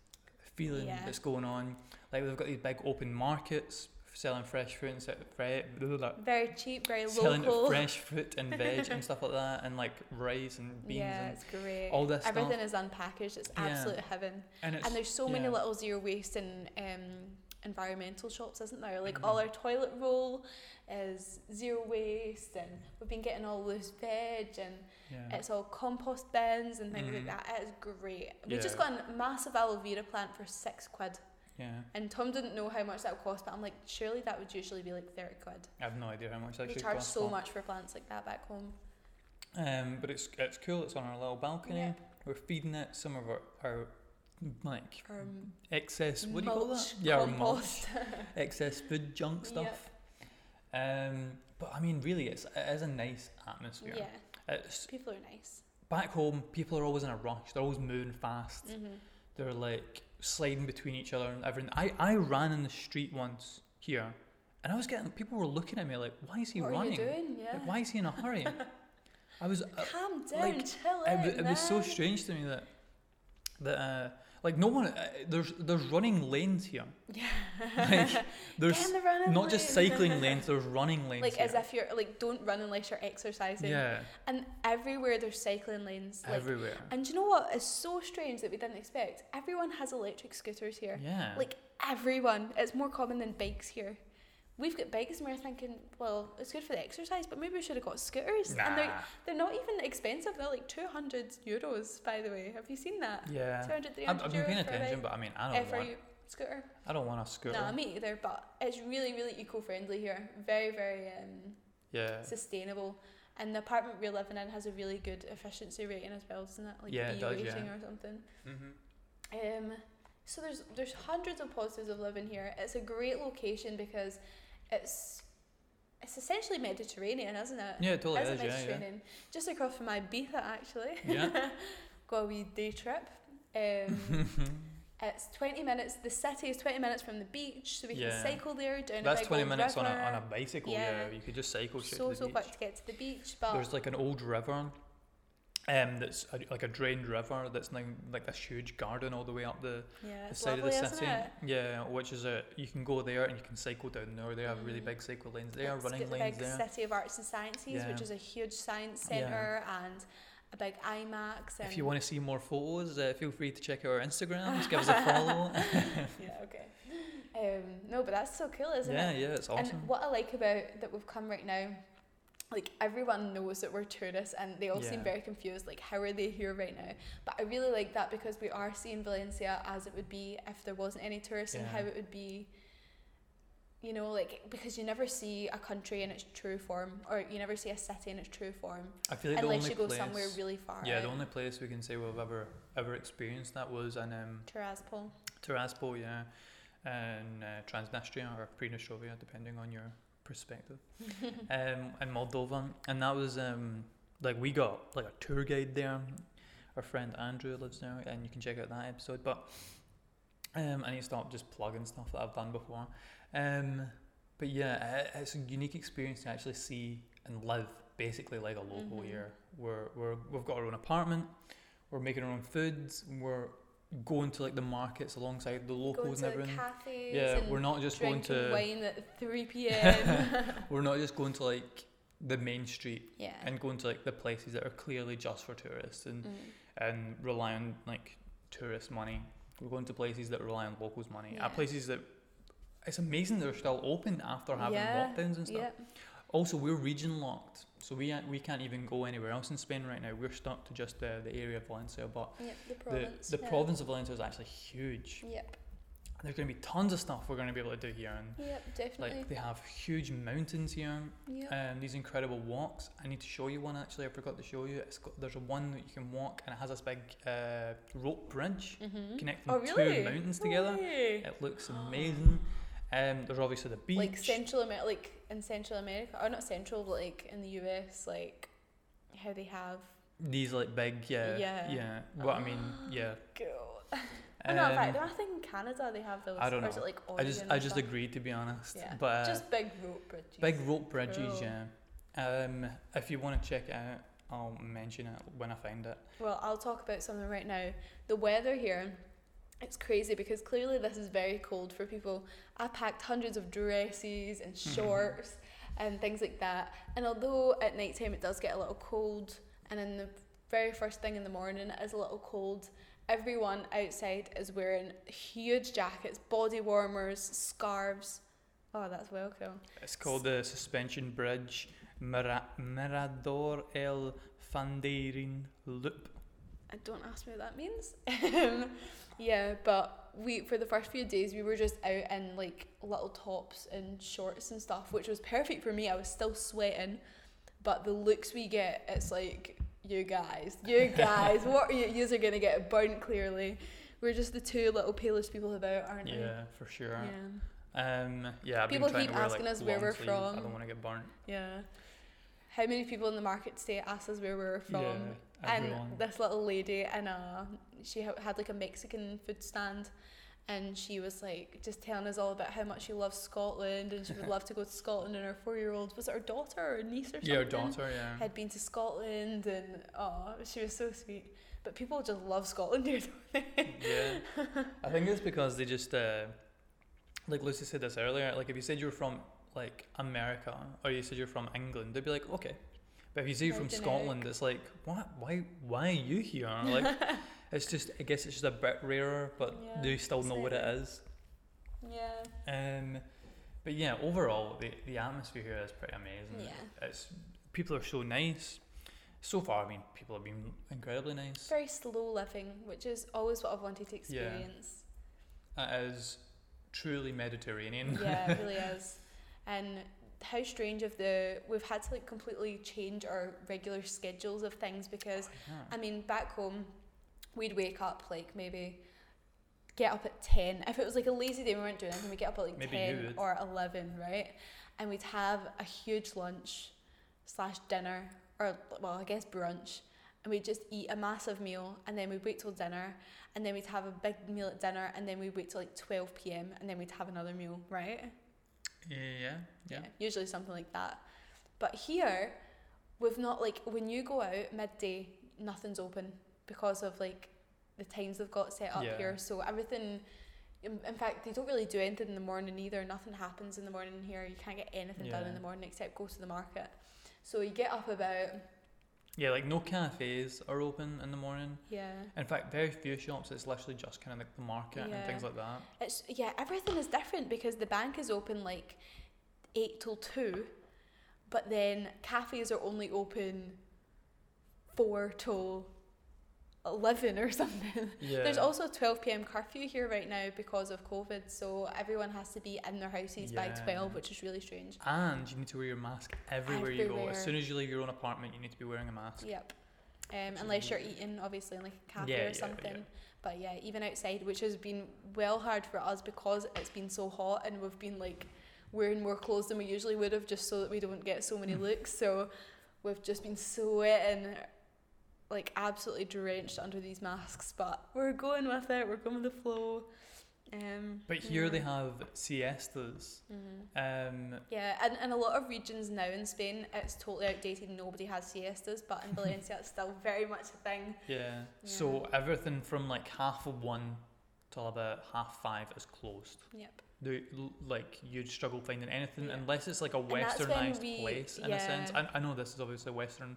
[SPEAKER 1] feeling
[SPEAKER 2] Yeah.
[SPEAKER 1] that's going on. Like they've got these big open markets selling fresh fruit and se- fre- blah, blah, blah,
[SPEAKER 2] very cheap, very
[SPEAKER 1] selling
[SPEAKER 2] local.
[SPEAKER 1] fresh fruit
[SPEAKER 2] (laughs)
[SPEAKER 1] and veg and stuff like that, and like rice and beans
[SPEAKER 2] yeah,
[SPEAKER 1] and,
[SPEAKER 2] it's great.
[SPEAKER 1] all this stuff.
[SPEAKER 2] Everything is unpackaged. It's
[SPEAKER 1] Yeah.
[SPEAKER 2] absolute heaven.
[SPEAKER 1] and it's
[SPEAKER 2] And there's so many
[SPEAKER 1] yeah.
[SPEAKER 2] little zero waste and um, environmental shops, isn't there? Like all
[SPEAKER 1] Mhm.
[SPEAKER 2] our toilet roll is zero waste, and we've been getting all loose veg, and
[SPEAKER 1] yeah.
[SPEAKER 2] it's all compost bins and things
[SPEAKER 1] Mhm.
[SPEAKER 2] like that. It is great. We just
[SPEAKER 1] Yeah.
[SPEAKER 2] got a massive aloe vera plant for six quid,
[SPEAKER 1] yeah.
[SPEAKER 2] and Tom didn't know how much that would cost, but I'm like, surely that would usually be like thirty quid.
[SPEAKER 1] I have no idea how much that
[SPEAKER 2] We
[SPEAKER 1] actually
[SPEAKER 2] charge
[SPEAKER 1] costs
[SPEAKER 2] so
[SPEAKER 1] for.
[SPEAKER 2] much for plants like that back home.
[SPEAKER 1] Um, but it's it's cool. It's on our little balcony.
[SPEAKER 2] Yeah.
[SPEAKER 1] We're feeding it some of our, our like
[SPEAKER 2] Um,
[SPEAKER 1] excess. What do you call that?
[SPEAKER 2] mulch,
[SPEAKER 1] Yeah, our mulch.
[SPEAKER 2] compost.
[SPEAKER 1] (laughs)
[SPEAKER 2] (laughs)
[SPEAKER 1] Excess food junk
[SPEAKER 2] Yeah.
[SPEAKER 1] stuff. Um, but I mean, really, it's it is a nice atmosphere.
[SPEAKER 2] yeah,
[SPEAKER 1] It's
[SPEAKER 2] people are nice.
[SPEAKER 1] back home. People are always in a rush. They're always moving fast.
[SPEAKER 2] hmm
[SPEAKER 1] They're like sliding between each other and everything. I I ran in the street once here, and I was getting people were looking at me like, why is he
[SPEAKER 2] What
[SPEAKER 1] running?
[SPEAKER 2] are you doing? Yeah.
[SPEAKER 1] Like, why is he in a
[SPEAKER 2] (laughs)
[SPEAKER 1] hurry? I was
[SPEAKER 2] Calm down,
[SPEAKER 1] like,
[SPEAKER 2] chill
[SPEAKER 1] it,
[SPEAKER 2] out,
[SPEAKER 1] w- it was so
[SPEAKER 2] man.
[SPEAKER 1] strange to me that that uh, like no one uh, there's there's running lanes here.
[SPEAKER 2] Yeah. (laughs)
[SPEAKER 1] Like, There's
[SPEAKER 2] Damn the running
[SPEAKER 1] not just
[SPEAKER 2] lane. (laughs)
[SPEAKER 1] cycling lanes. There's running lanes.
[SPEAKER 2] like
[SPEAKER 1] here.
[SPEAKER 2] as if you're like don't run unless you're exercising.
[SPEAKER 1] yeah
[SPEAKER 2] And everywhere there's cycling lanes. Like,
[SPEAKER 1] everywhere.
[SPEAKER 2] and do you know what is so strange that we didn't expect? Everyone has electric scooters here.
[SPEAKER 1] Yeah.
[SPEAKER 2] Like everyone, it's more common than bikes here. We've got bikes and we're thinking, well, it's good for the exercise, but maybe we should have got scooters. And they're
[SPEAKER 1] Nah.
[SPEAKER 2] they're not even expensive. They're like two hundred euros, by the way. Have you seen that?
[SPEAKER 1] yeah.
[SPEAKER 2] 200,
[SPEAKER 1] I've,
[SPEAKER 2] 300
[SPEAKER 1] I've been paying
[SPEAKER 2] euros for a
[SPEAKER 1] attention,
[SPEAKER 2] bike,
[SPEAKER 1] but I mean, I
[SPEAKER 2] eh,
[SPEAKER 1] don't
[SPEAKER 2] for
[SPEAKER 1] want
[SPEAKER 2] you scooter.
[SPEAKER 1] I don't want a scooter.
[SPEAKER 2] Nah, me either. But it's really, really eco-friendly here. Very, very um,
[SPEAKER 1] yeah.
[SPEAKER 2] sustainable. And the apartment we're living in has a really good efficiency rating as well, doesn't it? Like
[SPEAKER 1] Yeah, it
[SPEAKER 2] B
[SPEAKER 1] does,
[SPEAKER 2] rating
[SPEAKER 1] yeah.
[SPEAKER 2] or something.
[SPEAKER 1] Mm-hmm.
[SPEAKER 2] Um, so there's there's hundreds of positives of living here. It's a great location because it's it's essentially Mediterranean, isn't it?
[SPEAKER 1] Yeah, it totally
[SPEAKER 2] Is
[SPEAKER 1] is.
[SPEAKER 2] it
[SPEAKER 1] Yeah, yeah.
[SPEAKER 2] Mediterranean? Just across from Ibiza, actually. (laughs)
[SPEAKER 1] Yeah.
[SPEAKER 2] Got a wee day trip.
[SPEAKER 1] (laughs)
[SPEAKER 2] Um, it's 20 minutes. The city is 20 minutes from the beach, so we
[SPEAKER 1] Yeah.
[SPEAKER 2] can cycle there down a
[SPEAKER 1] That's
[SPEAKER 2] big
[SPEAKER 1] twenty
[SPEAKER 2] old
[SPEAKER 1] minutes on a
[SPEAKER 2] river.
[SPEAKER 1] on a bicycle. Yeah.
[SPEAKER 2] Yeah.
[SPEAKER 1] you could just cycle straight
[SPEAKER 2] so
[SPEAKER 1] to the
[SPEAKER 2] so
[SPEAKER 1] beach.
[SPEAKER 2] quick to get to the beach, but
[SPEAKER 1] There's like an old river, um, that's a, like a drained river that's like like this huge garden all the way up the
[SPEAKER 2] yeah,
[SPEAKER 1] the
[SPEAKER 2] it's
[SPEAKER 1] side
[SPEAKER 2] lovely,
[SPEAKER 1] of the
[SPEAKER 2] isn't
[SPEAKER 1] city.
[SPEAKER 2] it?
[SPEAKER 1] Yeah, which is a you can go there and you can cycle down there. They have really
[SPEAKER 2] Mm.
[SPEAKER 1] big cycle lanes there,
[SPEAKER 2] It's
[SPEAKER 1] running
[SPEAKER 2] got the
[SPEAKER 1] lanes
[SPEAKER 2] big
[SPEAKER 1] there.
[SPEAKER 2] City of Arts and Sciences,
[SPEAKER 1] Yeah.
[SPEAKER 2] which is a huge science
[SPEAKER 1] Yeah.
[SPEAKER 2] centre and a big IMAX. And
[SPEAKER 1] If
[SPEAKER 2] (laughs)
[SPEAKER 1] you want to see more photos, uh, feel free to check out our Instagram. Just give
[SPEAKER 2] (laughs)
[SPEAKER 1] us a follow.
[SPEAKER 2] yeah, okay. Um, no, but that's so cool, isn't
[SPEAKER 1] yeah,
[SPEAKER 2] it?
[SPEAKER 1] yeah, it's awesome.
[SPEAKER 2] And what I like about that we've come right now, like everyone knows that we're tourists and they all
[SPEAKER 1] Yeah.
[SPEAKER 2] seem very confused, like how are they here right now? But I really like that because we are seeing Valencia as it would be if there wasn't any tourists and
[SPEAKER 1] Yeah.
[SPEAKER 2] how it would be you know, like because you never see a country in its true form or you never see a city in its true form
[SPEAKER 1] I feel like the
[SPEAKER 2] unless
[SPEAKER 1] only
[SPEAKER 2] you go
[SPEAKER 1] place,
[SPEAKER 2] somewhere really far.
[SPEAKER 1] yeah, the
[SPEAKER 2] out.
[SPEAKER 1] only place we can say we've ever ever experienced that was in um,
[SPEAKER 2] Tiraspol.
[SPEAKER 1] Tiraspol, yeah, and uh, Transnistria or Prenestrovia, depending on your perspective, um, in Moldova. And that was um, like we got like a tour guide there. Our friend Andrew lives there, and you can check out that episode. But um, I need to stop just plugging stuff that I've done before. Um, but yeah, it, it's a unique experience to actually see and live basically like a local
[SPEAKER 2] Mhm.
[SPEAKER 1] here. We're, we're, we've got our own apartment, we're making our own foods, we're going to like the markets alongside the
[SPEAKER 2] Going
[SPEAKER 1] locals
[SPEAKER 2] to
[SPEAKER 1] and
[SPEAKER 2] the
[SPEAKER 1] everything.
[SPEAKER 2] cafes
[SPEAKER 1] Yeah,
[SPEAKER 2] and
[SPEAKER 1] we're not just going
[SPEAKER 2] drinking
[SPEAKER 1] to
[SPEAKER 2] wine at 3 p.m.
[SPEAKER 1] (laughs) we're not just going to like the main street
[SPEAKER 2] yeah.
[SPEAKER 1] and going to like the places that are clearly just for tourists and
[SPEAKER 2] Mm.
[SPEAKER 1] and rely on like tourist money. We're going to places that rely on locals' money.
[SPEAKER 2] Yeah.
[SPEAKER 1] At places that it's amazing they're still open after having
[SPEAKER 2] Yeah,
[SPEAKER 1] lockdowns and stuff.
[SPEAKER 2] Yeah.
[SPEAKER 1] Also, we're region locked, so we aren't- we can't even go anywhere else in Spain right now. We're stuck to just the, the area of Valencia, but
[SPEAKER 2] Yep, the province.
[SPEAKER 1] the the
[SPEAKER 2] yeah.
[SPEAKER 1] province of Valencia is actually huge.
[SPEAKER 2] Yep,
[SPEAKER 1] There's going to be tons of stuff we're going to be able to do here, and
[SPEAKER 2] yep, definitely.
[SPEAKER 1] like they have huge mountains here.
[SPEAKER 2] yep.
[SPEAKER 1] Um, these incredible walks. I need to show you one actually. I forgot to show you. It's got, there's a one that you can walk, and it has this big uh, rope bridge
[SPEAKER 2] mm-hmm.
[SPEAKER 1] connecting
[SPEAKER 2] Oh, really?
[SPEAKER 1] two mountains
[SPEAKER 2] No
[SPEAKER 1] together.
[SPEAKER 2] way.
[SPEAKER 1] It
[SPEAKER 2] (gasps)
[SPEAKER 1] looks amazing. Um, there's obviously the beach.
[SPEAKER 2] Like Central America, like in Central America, or not Central, but like in the US, like how they have.
[SPEAKER 1] these like big, yeah,
[SPEAKER 2] Yeah.
[SPEAKER 1] yeah. Well, I
[SPEAKER 2] (gasps)
[SPEAKER 1] mean, yeah.
[SPEAKER 2] Cool.
[SPEAKER 1] Um,
[SPEAKER 2] no, in fact, I think in Canada they have those.
[SPEAKER 1] I don't
[SPEAKER 2] Or is
[SPEAKER 1] know.
[SPEAKER 2] it like
[SPEAKER 1] I just,
[SPEAKER 2] Oregon
[SPEAKER 1] I
[SPEAKER 2] and
[SPEAKER 1] just
[SPEAKER 2] stuff?
[SPEAKER 1] agreed to be honest.
[SPEAKER 2] Yeah.
[SPEAKER 1] But uh,
[SPEAKER 2] Just big rope bridges.
[SPEAKER 1] big rope bridges,
[SPEAKER 2] Cool.
[SPEAKER 1] yeah. Um, if you want to check it out, I'll mention it when I find it.
[SPEAKER 2] Well, I'll talk about something right now. The weather here, it's crazy because clearly this is very cold for people. I packed hundreds of dresses and shorts and things like that. And although at night time it does get a little cold, and in the very first thing in the morning it is a little cold. Everyone outside is wearing huge jackets, body warmers, scarves. Oh, that's well cool.
[SPEAKER 1] It's called the Suspension Bridge Mira- Mirador el Fandeirin Loop.
[SPEAKER 2] I don't ask me what that means. (laughs) um, yeah, but we for the first few days we were just out in like little tops and shorts and stuff, which was perfect for me. I was still sweating, but the looks we get, it's like you guys,
[SPEAKER 1] (laughs)
[SPEAKER 2] you guys, what are you? Yous are gonna get burnt. Clearly, we're just the two little palest people about, aren't we?
[SPEAKER 1] Yeah, for sure.
[SPEAKER 2] Yeah,
[SPEAKER 1] Um, yeah, I've
[SPEAKER 2] People
[SPEAKER 1] been trying
[SPEAKER 2] keep
[SPEAKER 1] to wear,
[SPEAKER 2] asking
[SPEAKER 1] like,
[SPEAKER 2] us where
[SPEAKER 1] long
[SPEAKER 2] we're
[SPEAKER 1] sleeves. I
[SPEAKER 2] from.
[SPEAKER 1] don't want to get burnt.
[SPEAKER 2] yeah. How many people in the market today asked us where we were from?
[SPEAKER 1] yeah, everyone.
[SPEAKER 2] and this little lady and uh she ha- had like a mexican food stand and she was like just telling us all about how much she loves scotland and
[SPEAKER 1] (laughs)
[SPEAKER 2] she would love to go to scotland and her four-year-old was it her daughter or niece or something
[SPEAKER 1] yeah, our daughter. Yeah.
[SPEAKER 2] had been to scotland and oh she was so sweet but people just love scotland (laughs) here don't they
[SPEAKER 1] yeah.
[SPEAKER 2] (laughs)
[SPEAKER 1] I think it's because they just, uh, like Lucy said this earlier, like if you said you were from like America or you said you're from England, they'd be like, okay. But if you say you're
[SPEAKER 2] Very
[SPEAKER 1] from Scotland,
[SPEAKER 2] generic.
[SPEAKER 1] it's like, what? Why? Why are you here? Like,
[SPEAKER 2] (laughs)
[SPEAKER 1] it's just. I guess it's just a bit rarer, but
[SPEAKER 2] Yeah,
[SPEAKER 1] they still know what it
[SPEAKER 2] slightly.
[SPEAKER 1] is.
[SPEAKER 2] yeah
[SPEAKER 1] Um, but yeah, overall, the the atmosphere here is pretty amazing.
[SPEAKER 2] Yeah.
[SPEAKER 1] It's people are so nice. So far, I mean, people have been incredibly nice.
[SPEAKER 2] very slow living which is always what i've wanted to experience
[SPEAKER 1] That is truly Mediterranean. (laughs)
[SPEAKER 2] yeah, it really is. And how strange of the we've had to like completely change our regular schedules of things because
[SPEAKER 1] Yeah.
[SPEAKER 2] I mean back home we'd wake up like maybe get up at ten if it was like a lazy day and we weren't doing anything we would get up at like
[SPEAKER 1] Maybe you
[SPEAKER 2] ten
[SPEAKER 1] would.
[SPEAKER 2] or eleven right and we'd have a huge lunch slash dinner or well I guess brunch and we'd just eat a massive meal and then we'd wait till dinner and then we'd have a big meal at dinner and then we'd wait till like 12 p.m and then we'd have another meal right
[SPEAKER 1] Yeah, yeah, yeah.
[SPEAKER 2] usually something like that but here we've not like when you go out midday nothing's open because of like the times they've got set up
[SPEAKER 1] Yeah.
[SPEAKER 2] here so everything in, in fact they don't really do anything in the morning either nothing happens in the morning here you can't get anything done in
[SPEAKER 1] Yeah.
[SPEAKER 2] the morning except go to the market so you get up about
[SPEAKER 1] Yeah, like no cafes are open in the morning.
[SPEAKER 2] yeah
[SPEAKER 1] In fact, very few shops. It's literally just kind of like the market and things
[SPEAKER 2] Yeah.
[SPEAKER 1] like that.
[SPEAKER 2] It's yeah, everything is different because the bank is open like eight till two, but then cafes are only open four till eleven or (laughs) something.
[SPEAKER 1] Yeah.
[SPEAKER 2] There's also a twelve PM curfew here right now because of COVID, so everyone has to be in their houses by
[SPEAKER 1] Yeah.
[SPEAKER 2] twelve, which is really strange.
[SPEAKER 1] And you need to wear your mask everywhere, you go.
[SPEAKER 2] Everywhere.
[SPEAKER 1] As soon as you leave your own apartment, you need to be wearing a mask.
[SPEAKER 2] Yep. Um,
[SPEAKER 1] Which is
[SPEAKER 2] unless you're
[SPEAKER 1] weird.
[SPEAKER 2] eating, obviously, in like a cafe
[SPEAKER 1] Yeah, yeah,
[SPEAKER 2] or
[SPEAKER 1] yeah.
[SPEAKER 2] something. But yeah, even outside, which has been well hard for us because it's been so hot and we've been like wearing more clothes than we usually would have just so that we don't get so many
[SPEAKER 1] Mm.
[SPEAKER 2] looks. So we've just been sweating, like absolutely drenched under these masks. But we're going with it. We're going with the flow. Um,
[SPEAKER 1] But here they
[SPEAKER 2] yeah.
[SPEAKER 1] have siestas.
[SPEAKER 2] Mhm.
[SPEAKER 1] Um,
[SPEAKER 2] Yeah, and in a lot of regions now in Spain, it's totally outdated. Nobody has siestas, but
[SPEAKER 1] (laughs)
[SPEAKER 2] in Valencia, it's still very much a thing.
[SPEAKER 1] yeah. So everything from like half of one till about half five is closed.
[SPEAKER 2] Yep.
[SPEAKER 1] The, like you'd struggle finding anything
[SPEAKER 2] Yeah.
[SPEAKER 1] unless it's like a
[SPEAKER 2] that's when
[SPEAKER 1] westernized
[SPEAKER 2] we-
[SPEAKER 1] place in a
[SPEAKER 2] yeah.
[SPEAKER 1] sense. I, I know this is obviously a western,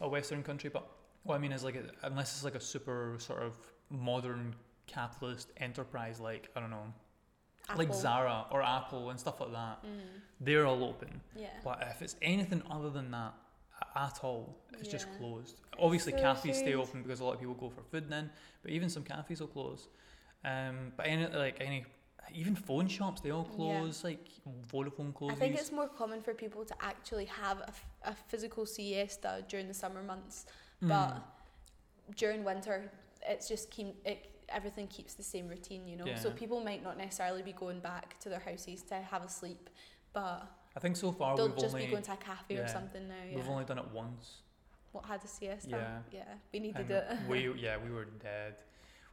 [SPEAKER 1] a western country, but what I mean is like it- unless it's like a super sort of modern capitalist enterprise, like I don't know,
[SPEAKER 2] Apple.
[SPEAKER 1] like Zara or Apple and stuff like that,
[SPEAKER 2] Mm,
[SPEAKER 1] they're all open.
[SPEAKER 2] yeah.
[SPEAKER 1] But if it's anything other than that a- at all, it's just
[SPEAKER 2] Yeah.
[SPEAKER 1] closed. Obviously,
[SPEAKER 2] so
[SPEAKER 1] cafes stay
[SPEAKER 2] strange.
[SPEAKER 1] open because a lot of people go for food then, but even some cafes will close. Um, but any like any even phone shops they all
[SPEAKER 2] Yeah.
[SPEAKER 1] close. Like Vodafone
[SPEAKER 2] I
[SPEAKER 1] closes.
[SPEAKER 2] think it's more common for people to actually have a, f- a physical siesta during the summer months,
[SPEAKER 1] Mm. Hmm.
[SPEAKER 2] but during winter, it's just keep it, everything keeps the same routine, you know. So
[SPEAKER 1] Yeah.
[SPEAKER 2] people might not necessarily be going back to their houses to have a sleep, but
[SPEAKER 1] I think so far
[SPEAKER 2] they'll
[SPEAKER 1] Oh, we've
[SPEAKER 2] just
[SPEAKER 1] only
[SPEAKER 2] be going to a cafe or
[SPEAKER 1] yeah,
[SPEAKER 2] something now. Yeah.
[SPEAKER 1] we've only done it once.
[SPEAKER 2] what had a siesta?
[SPEAKER 1] Yeah.
[SPEAKER 2] we
[SPEAKER 1] and
[SPEAKER 2] needed it.
[SPEAKER 1] we yeah we were dead.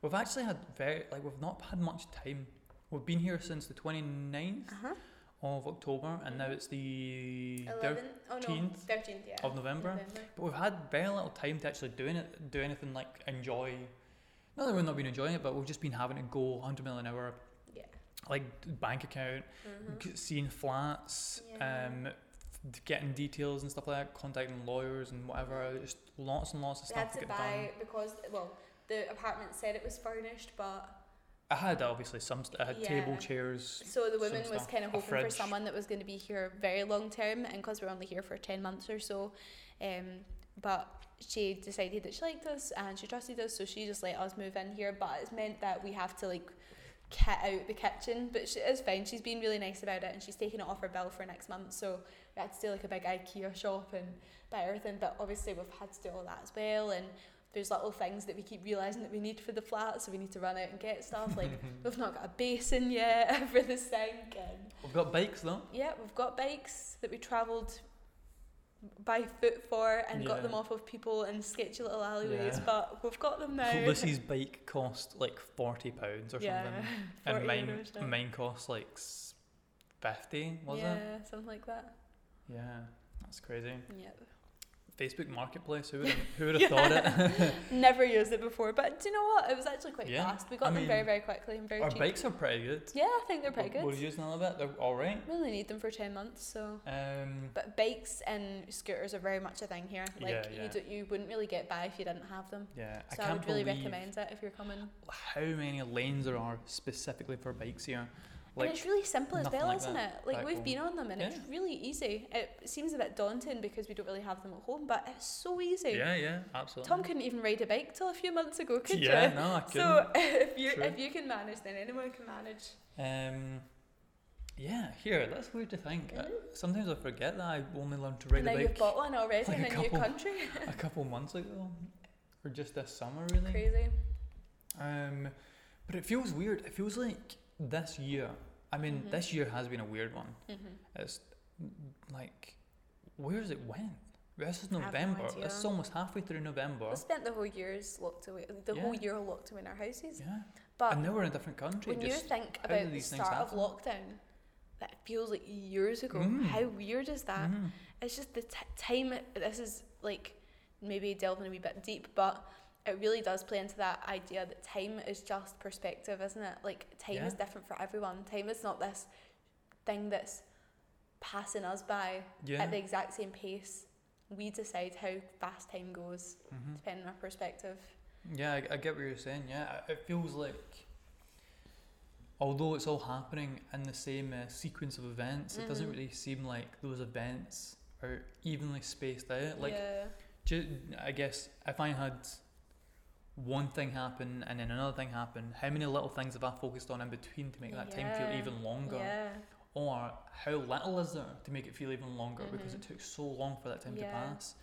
[SPEAKER 1] We've actually had very like we've not had much time. We've been here since the 29th
[SPEAKER 2] (laughs) uh-huh.
[SPEAKER 1] of October, and now it's the thir-
[SPEAKER 2] Eleven. Oh no,
[SPEAKER 1] 13th
[SPEAKER 2] thirteenth. Yeah.
[SPEAKER 1] of November. But we've had very little time to actually doing it, do anything like enjoy. Not that we've not been enjoying it, but we've just been having to go 100 mile an hour,
[SPEAKER 2] Yeah.
[SPEAKER 1] like bank account,
[SPEAKER 2] Mhm.
[SPEAKER 1] g- seeing flats,
[SPEAKER 2] Yeah.
[SPEAKER 1] um, f- getting details and stuff like that, contacting lawyers and whatever. Just lots and lots of
[SPEAKER 2] We
[SPEAKER 1] stuff
[SPEAKER 2] had
[SPEAKER 1] to
[SPEAKER 2] to
[SPEAKER 1] get
[SPEAKER 2] buy
[SPEAKER 1] done.
[SPEAKER 2] because well, the apartment said it was furnished, but
[SPEAKER 1] I had obviously some. St- I had table
[SPEAKER 2] Yeah.
[SPEAKER 1] chairs.
[SPEAKER 2] So the
[SPEAKER 1] some
[SPEAKER 2] woman was
[SPEAKER 1] stuff.
[SPEAKER 2] kind
[SPEAKER 1] A
[SPEAKER 2] of hoping for
[SPEAKER 1] fridge.
[SPEAKER 2] someone that was going to be here very long term, and because we're only here for ten months or so, um, but she decided that she liked us and she trusted us, so she just let us move in here. But it's meant that we have to like kit out the kitchen, but she is fine. She's been really nice about it, and she's taking it off her bill for next month. So we had to do like a big IKEA shop and buy everything. But obviously we've had to do all that as well, and. There's little things that we keep realizing that we need for the flat, so we need to run out and get stuff like We've not got a basin yet (laughs) for the sink. And
[SPEAKER 1] (laughs) We've got bikes though.
[SPEAKER 2] (laughs) yeah, we've got bikes that we travelled by foot for and got
[SPEAKER 1] Yeah.
[SPEAKER 2] them off of people in sketchy little alleyways,
[SPEAKER 1] Yeah.
[SPEAKER 2] but we've got them now.
[SPEAKER 1] (laughs) Lucy's bike cost like forty pounds or
[SPEAKER 2] yeah,
[SPEAKER 1] something,
[SPEAKER 2] (laughs) 40
[SPEAKER 1] and mine
[SPEAKER 2] euros now.
[SPEAKER 1] mine cost like s- fifty, was
[SPEAKER 2] yeah,
[SPEAKER 1] it?
[SPEAKER 2] something like that.
[SPEAKER 1] Yeah, that's crazy.
[SPEAKER 2] Yeah.
[SPEAKER 1] Facebook Marketplace. Who would have, who
[SPEAKER 2] (laughs)
[SPEAKER 1] would have thought it?
[SPEAKER 2] Never used it before, but do you know what? It was actually quite
[SPEAKER 1] Yeah,
[SPEAKER 2] fast. We got
[SPEAKER 1] I
[SPEAKER 2] them very,
[SPEAKER 1] mean,
[SPEAKER 2] very quickly and very
[SPEAKER 1] (laughs) Our
[SPEAKER 2] cheap.
[SPEAKER 1] bikes are pretty good.
[SPEAKER 2] Yeah, I think they're pretty
[SPEAKER 1] We're-
[SPEAKER 2] good.
[SPEAKER 1] We're using a little bit. They're all right.
[SPEAKER 2] We only need them for 10 months, so.
[SPEAKER 1] Um,
[SPEAKER 2] But bikes and scooters are very much a thing here. Like,
[SPEAKER 1] Yeah, yeah.
[SPEAKER 2] You, do, you wouldn't really get by if you didn't have them.
[SPEAKER 1] yeah, I
[SPEAKER 2] So I,
[SPEAKER 1] can't
[SPEAKER 2] would really
[SPEAKER 1] believe
[SPEAKER 2] recommend it if you're coming.
[SPEAKER 1] how many lanes there are specifically for bikes here.
[SPEAKER 2] and
[SPEAKER 1] Like,
[SPEAKER 2] it's really simple as
[SPEAKER 1] nothing
[SPEAKER 2] well,
[SPEAKER 1] like
[SPEAKER 2] isn't
[SPEAKER 1] that
[SPEAKER 2] it? Like
[SPEAKER 1] back
[SPEAKER 2] we've
[SPEAKER 1] home.
[SPEAKER 2] been on them and it's
[SPEAKER 1] Yeah.
[SPEAKER 2] really easy. It seems a bit daunting because we don't really have them at home, but it's so easy.
[SPEAKER 1] yeah, yeah, absolutely.
[SPEAKER 2] Tom couldn't even ride a bike till a few months ago, could
[SPEAKER 1] yeah,
[SPEAKER 2] you?
[SPEAKER 1] no, I couldn't.
[SPEAKER 2] so (laughs) if you
[SPEAKER 1] True.
[SPEAKER 2] if you can manage, then anyone can manage.
[SPEAKER 1] um, yeah, here that's weird to think. I-
[SPEAKER 2] Mhm.
[SPEAKER 1] sometimes I forget that I only learned to ride
[SPEAKER 2] and now
[SPEAKER 1] a
[SPEAKER 2] you've
[SPEAKER 1] bike
[SPEAKER 2] bought one already
[SPEAKER 1] like
[SPEAKER 2] in
[SPEAKER 1] a
[SPEAKER 2] a new
[SPEAKER 1] couple.
[SPEAKER 2] country.
[SPEAKER 1] (laughs)
[SPEAKER 2] (laughs)
[SPEAKER 1] a couple months ago, or just this summer, really.
[SPEAKER 2] Crazy.
[SPEAKER 1] Um, but it feels weird. It feels like this year. I mean,
[SPEAKER 2] Mhm.
[SPEAKER 1] this year has been a weird one.
[SPEAKER 2] Mm-hmm.
[SPEAKER 1] It's like, where's it went? This is
[SPEAKER 2] I have no
[SPEAKER 1] November.
[SPEAKER 2] idea.
[SPEAKER 1] it's almost halfway through November.
[SPEAKER 2] We spent the whole year's locked away. The whole
[SPEAKER 1] Yeah.
[SPEAKER 2] year locked away in our houses.
[SPEAKER 1] Yeah,
[SPEAKER 2] But
[SPEAKER 1] and now we're in a different country.
[SPEAKER 2] When you
[SPEAKER 1] Just
[SPEAKER 2] think
[SPEAKER 1] do
[SPEAKER 2] about the
[SPEAKER 1] these things
[SPEAKER 2] start of
[SPEAKER 1] happen?
[SPEAKER 2] lockdown, that feels like years ago.
[SPEAKER 1] Mm.
[SPEAKER 2] How weird is that?
[SPEAKER 1] Mhm.
[SPEAKER 2] It's just the t- time. This is like maybe delving a wee bit deep, but it really does play into that idea that time is just perspective, isn't it? Like time
[SPEAKER 1] Yeah.
[SPEAKER 2] is different for everyone. Time is not this thing that's passing us by
[SPEAKER 1] yeah.
[SPEAKER 2] at the exact same pace. We decide how fast time goes,
[SPEAKER 1] Mhm.
[SPEAKER 2] depending on our perspective.
[SPEAKER 1] Yeah, I, I get what you're saying. Yeah, I- it feels like although it's all happening in the same uh, sequence of events, it doesn't
[SPEAKER 2] Mhm.
[SPEAKER 1] really seem like those events are evenly spaced out. Like,
[SPEAKER 2] yeah.
[SPEAKER 1] ju- I guess if I had one thing happen and then another thing happen, how many little things have I focused on in between to make that time
[SPEAKER 2] Yeah,
[SPEAKER 1] feel even longer?
[SPEAKER 2] Yeah.
[SPEAKER 1] Or how little is there to make it feel even longer because it took so long for that time
[SPEAKER 2] Mm-hmm. Yeah.
[SPEAKER 1] to pass?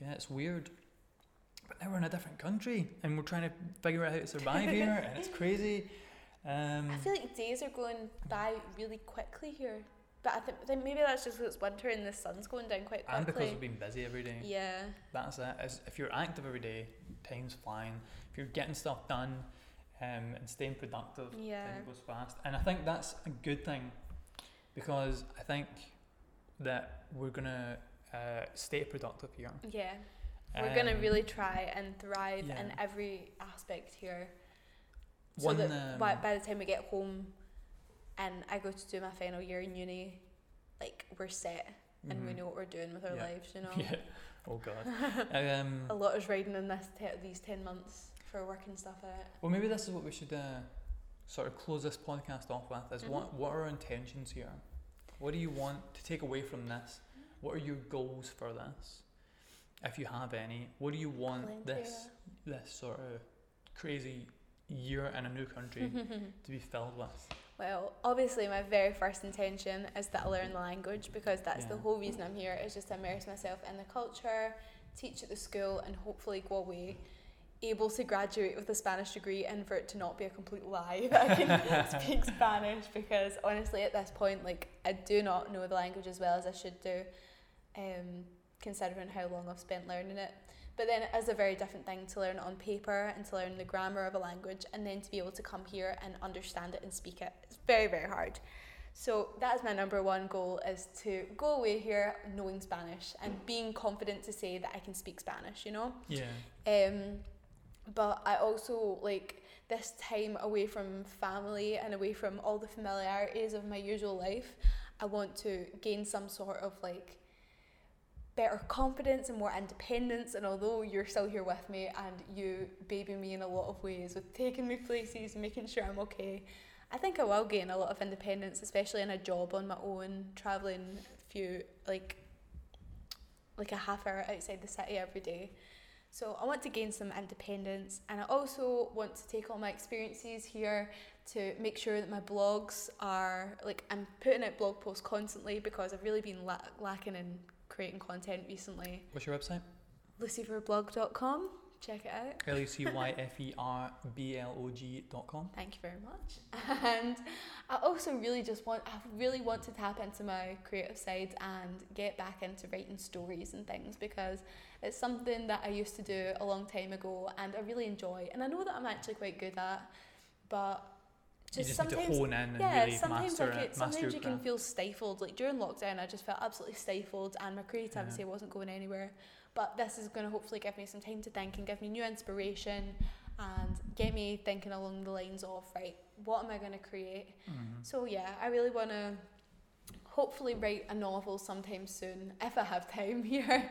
[SPEAKER 1] Yeah, it's weird. But now we're in a different country and we're trying to figure out how to
[SPEAKER 2] (laughs)
[SPEAKER 1] survive here, and it's crazy. Um,
[SPEAKER 2] I feel like days are going by really quickly here, but I think then maybe that's just 'cause it's winter and the sun's going down quite
[SPEAKER 1] and because
[SPEAKER 2] quickly.
[SPEAKER 1] we've been busy every day.
[SPEAKER 2] yeah,
[SPEAKER 1] That's it. It's, if you're active every day, time's flying. If you're getting stuff done um, and staying productive,
[SPEAKER 2] yeah,
[SPEAKER 1] time goes fast. And I think that's a good thing because I think that we're going to uh, stay productive here.
[SPEAKER 2] yeah. We're gonna
[SPEAKER 1] Um,
[SPEAKER 2] really try and thrive in
[SPEAKER 1] yeah.
[SPEAKER 2] every aspect here, so
[SPEAKER 1] One,
[SPEAKER 2] that by,
[SPEAKER 1] um,
[SPEAKER 2] by the time we get home, and I go to do my final year in uni, like we're set and we
[SPEAKER 1] mhm.
[SPEAKER 2] know what we're doing with our
[SPEAKER 1] Yeah.
[SPEAKER 2] lives. You know,
[SPEAKER 1] (laughs) Yeah. Oh god. um,
[SPEAKER 2] (laughs) a lot is riding in this te- these ten months for working stuff out.
[SPEAKER 1] well, maybe this is what we should uh, sort of close this podcast off with is what
[SPEAKER 2] Mm-hmm.
[SPEAKER 1] what are our intentions here? What do you want to take away from this? What are your goals for this? If you have any, what do you want
[SPEAKER 2] Plenty,
[SPEAKER 1] this this sort of crazy year in a new country
[SPEAKER 2] Mm-hmm. (laughs)
[SPEAKER 1] to be filled with?
[SPEAKER 2] Well, obviously, my very first intention is that I learn the language because that's the
[SPEAKER 1] Yeah.
[SPEAKER 2] whole reason I'm here is just to immerse myself in the culture, teach at the school, and hopefully go away able to graduate with a Spanish degree and for it to not be a complete lie (laughs) that I can speak Spanish because honestly, at this point, like I do not know the language as well as I should do, um, considering how long I've spent learning it. But then it is a very different thing to learn it on paper and to learn the grammar of a language and then to be able to come here and understand it and speak it. It's very, very hard. So that is my number one goal is to go away here knowing Spanish and being confident to say that I can speak Spanish, you know?
[SPEAKER 1] Yeah.
[SPEAKER 2] Um, but I also like this time away from family and away from all the familiarities of my usual life. I want to gain some sort of like better confidence and more independence. And although you're still here with me and you baby me in a lot of ways with taking me places, making sure I'm okay, I think I will gain a lot of independence, especially in a job on my own, traveling a few like like a half hour outside the city every day. So I want to gain some independence and I also want to take all my experiences here to make sure that my blogs are like I'm putting out blog posts constantly because I've really been la- lacking in creating content recently.
[SPEAKER 1] What's your website?
[SPEAKER 2] luciferblog.com, check it out.
[SPEAKER 1] L U C Y F E R B L O G dot com.
[SPEAKER 2] Thank you very much. (laughs) And I also really just want, I really want to tap into my creative side and get back into writing stories and things because it's something that I used to do a long time ago and I really enjoy. And I know that I'm actually quite good at, but
[SPEAKER 1] You
[SPEAKER 2] just,
[SPEAKER 1] just need to
[SPEAKER 2] sometimes.
[SPEAKER 1] hone in and
[SPEAKER 2] yeah,
[SPEAKER 1] really
[SPEAKER 2] sometimes
[SPEAKER 1] master
[SPEAKER 2] I
[SPEAKER 1] it.
[SPEAKER 2] get,
[SPEAKER 1] Master your
[SPEAKER 2] sometimes you can
[SPEAKER 1] craft.
[SPEAKER 2] feel stifled. Like during lockdown, I just felt absolutely stifled, and my creativity wasn't going anywhere. But this is going to hopefully give me some time to think and give me new inspiration, and get me thinking along the lines of right, what am I going to create?
[SPEAKER 1] Mhm.
[SPEAKER 2] So yeah, I really want to hopefully write a novel sometime soon if I have time (laughs) here,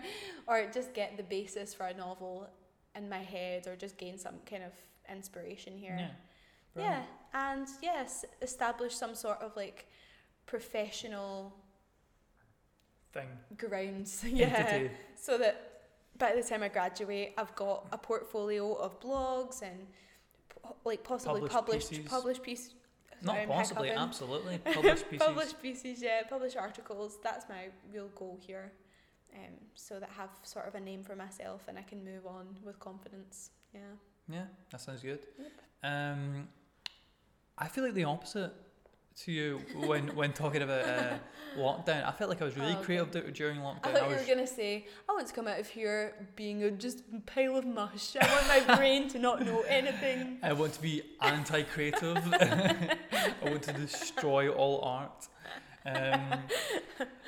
[SPEAKER 2] or just get the basis for a novel in my head, or just gain some kind of inspiration here.
[SPEAKER 1] Yeah.
[SPEAKER 2] Yeah,
[SPEAKER 1] Brilliant.
[SPEAKER 2] and yes, establish some sort of like professional
[SPEAKER 1] Thing.
[SPEAKER 2] grounds. (laughs) Yeah.
[SPEAKER 1] Entity.
[SPEAKER 2] So that by the time I graduate, I've got a portfolio of blogs and p- like possibly
[SPEAKER 1] Published
[SPEAKER 2] published
[SPEAKER 1] pieces.
[SPEAKER 2] published pieces.
[SPEAKER 1] Not
[SPEAKER 2] Sorry, I'm
[SPEAKER 1] possibly,
[SPEAKER 2] hiccuping. (laughs)
[SPEAKER 1] absolutely. Published pieces.
[SPEAKER 2] Published pieces, yeah, published articles. That's my real goal here. Um, so that I have sort of a name for myself and I can move on with confidence. Yeah.
[SPEAKER 1] Yeah, that sounds good.
[SPEAKER 2] Yep.
[SPEAKER 1] Um, I feel like the opposite to you when when talking about
[SPEAKER 2] (laughs)
[SPEAKER 1] uh, lockdown. I felt like I was really
[SPEAKER 2] Oh,
[SPEAKER 1] creative du- during lockdown.
[SPEAKER 2] I thought you
[SPEAKER 1] was,
[SPEAKER 2] were gonna say, I want to come out of here being a just pile of mush. I want my brain to not know anything.
[SPEAKER 1] I want to be anti-creative. (laughs) I want to destroy all art. Um,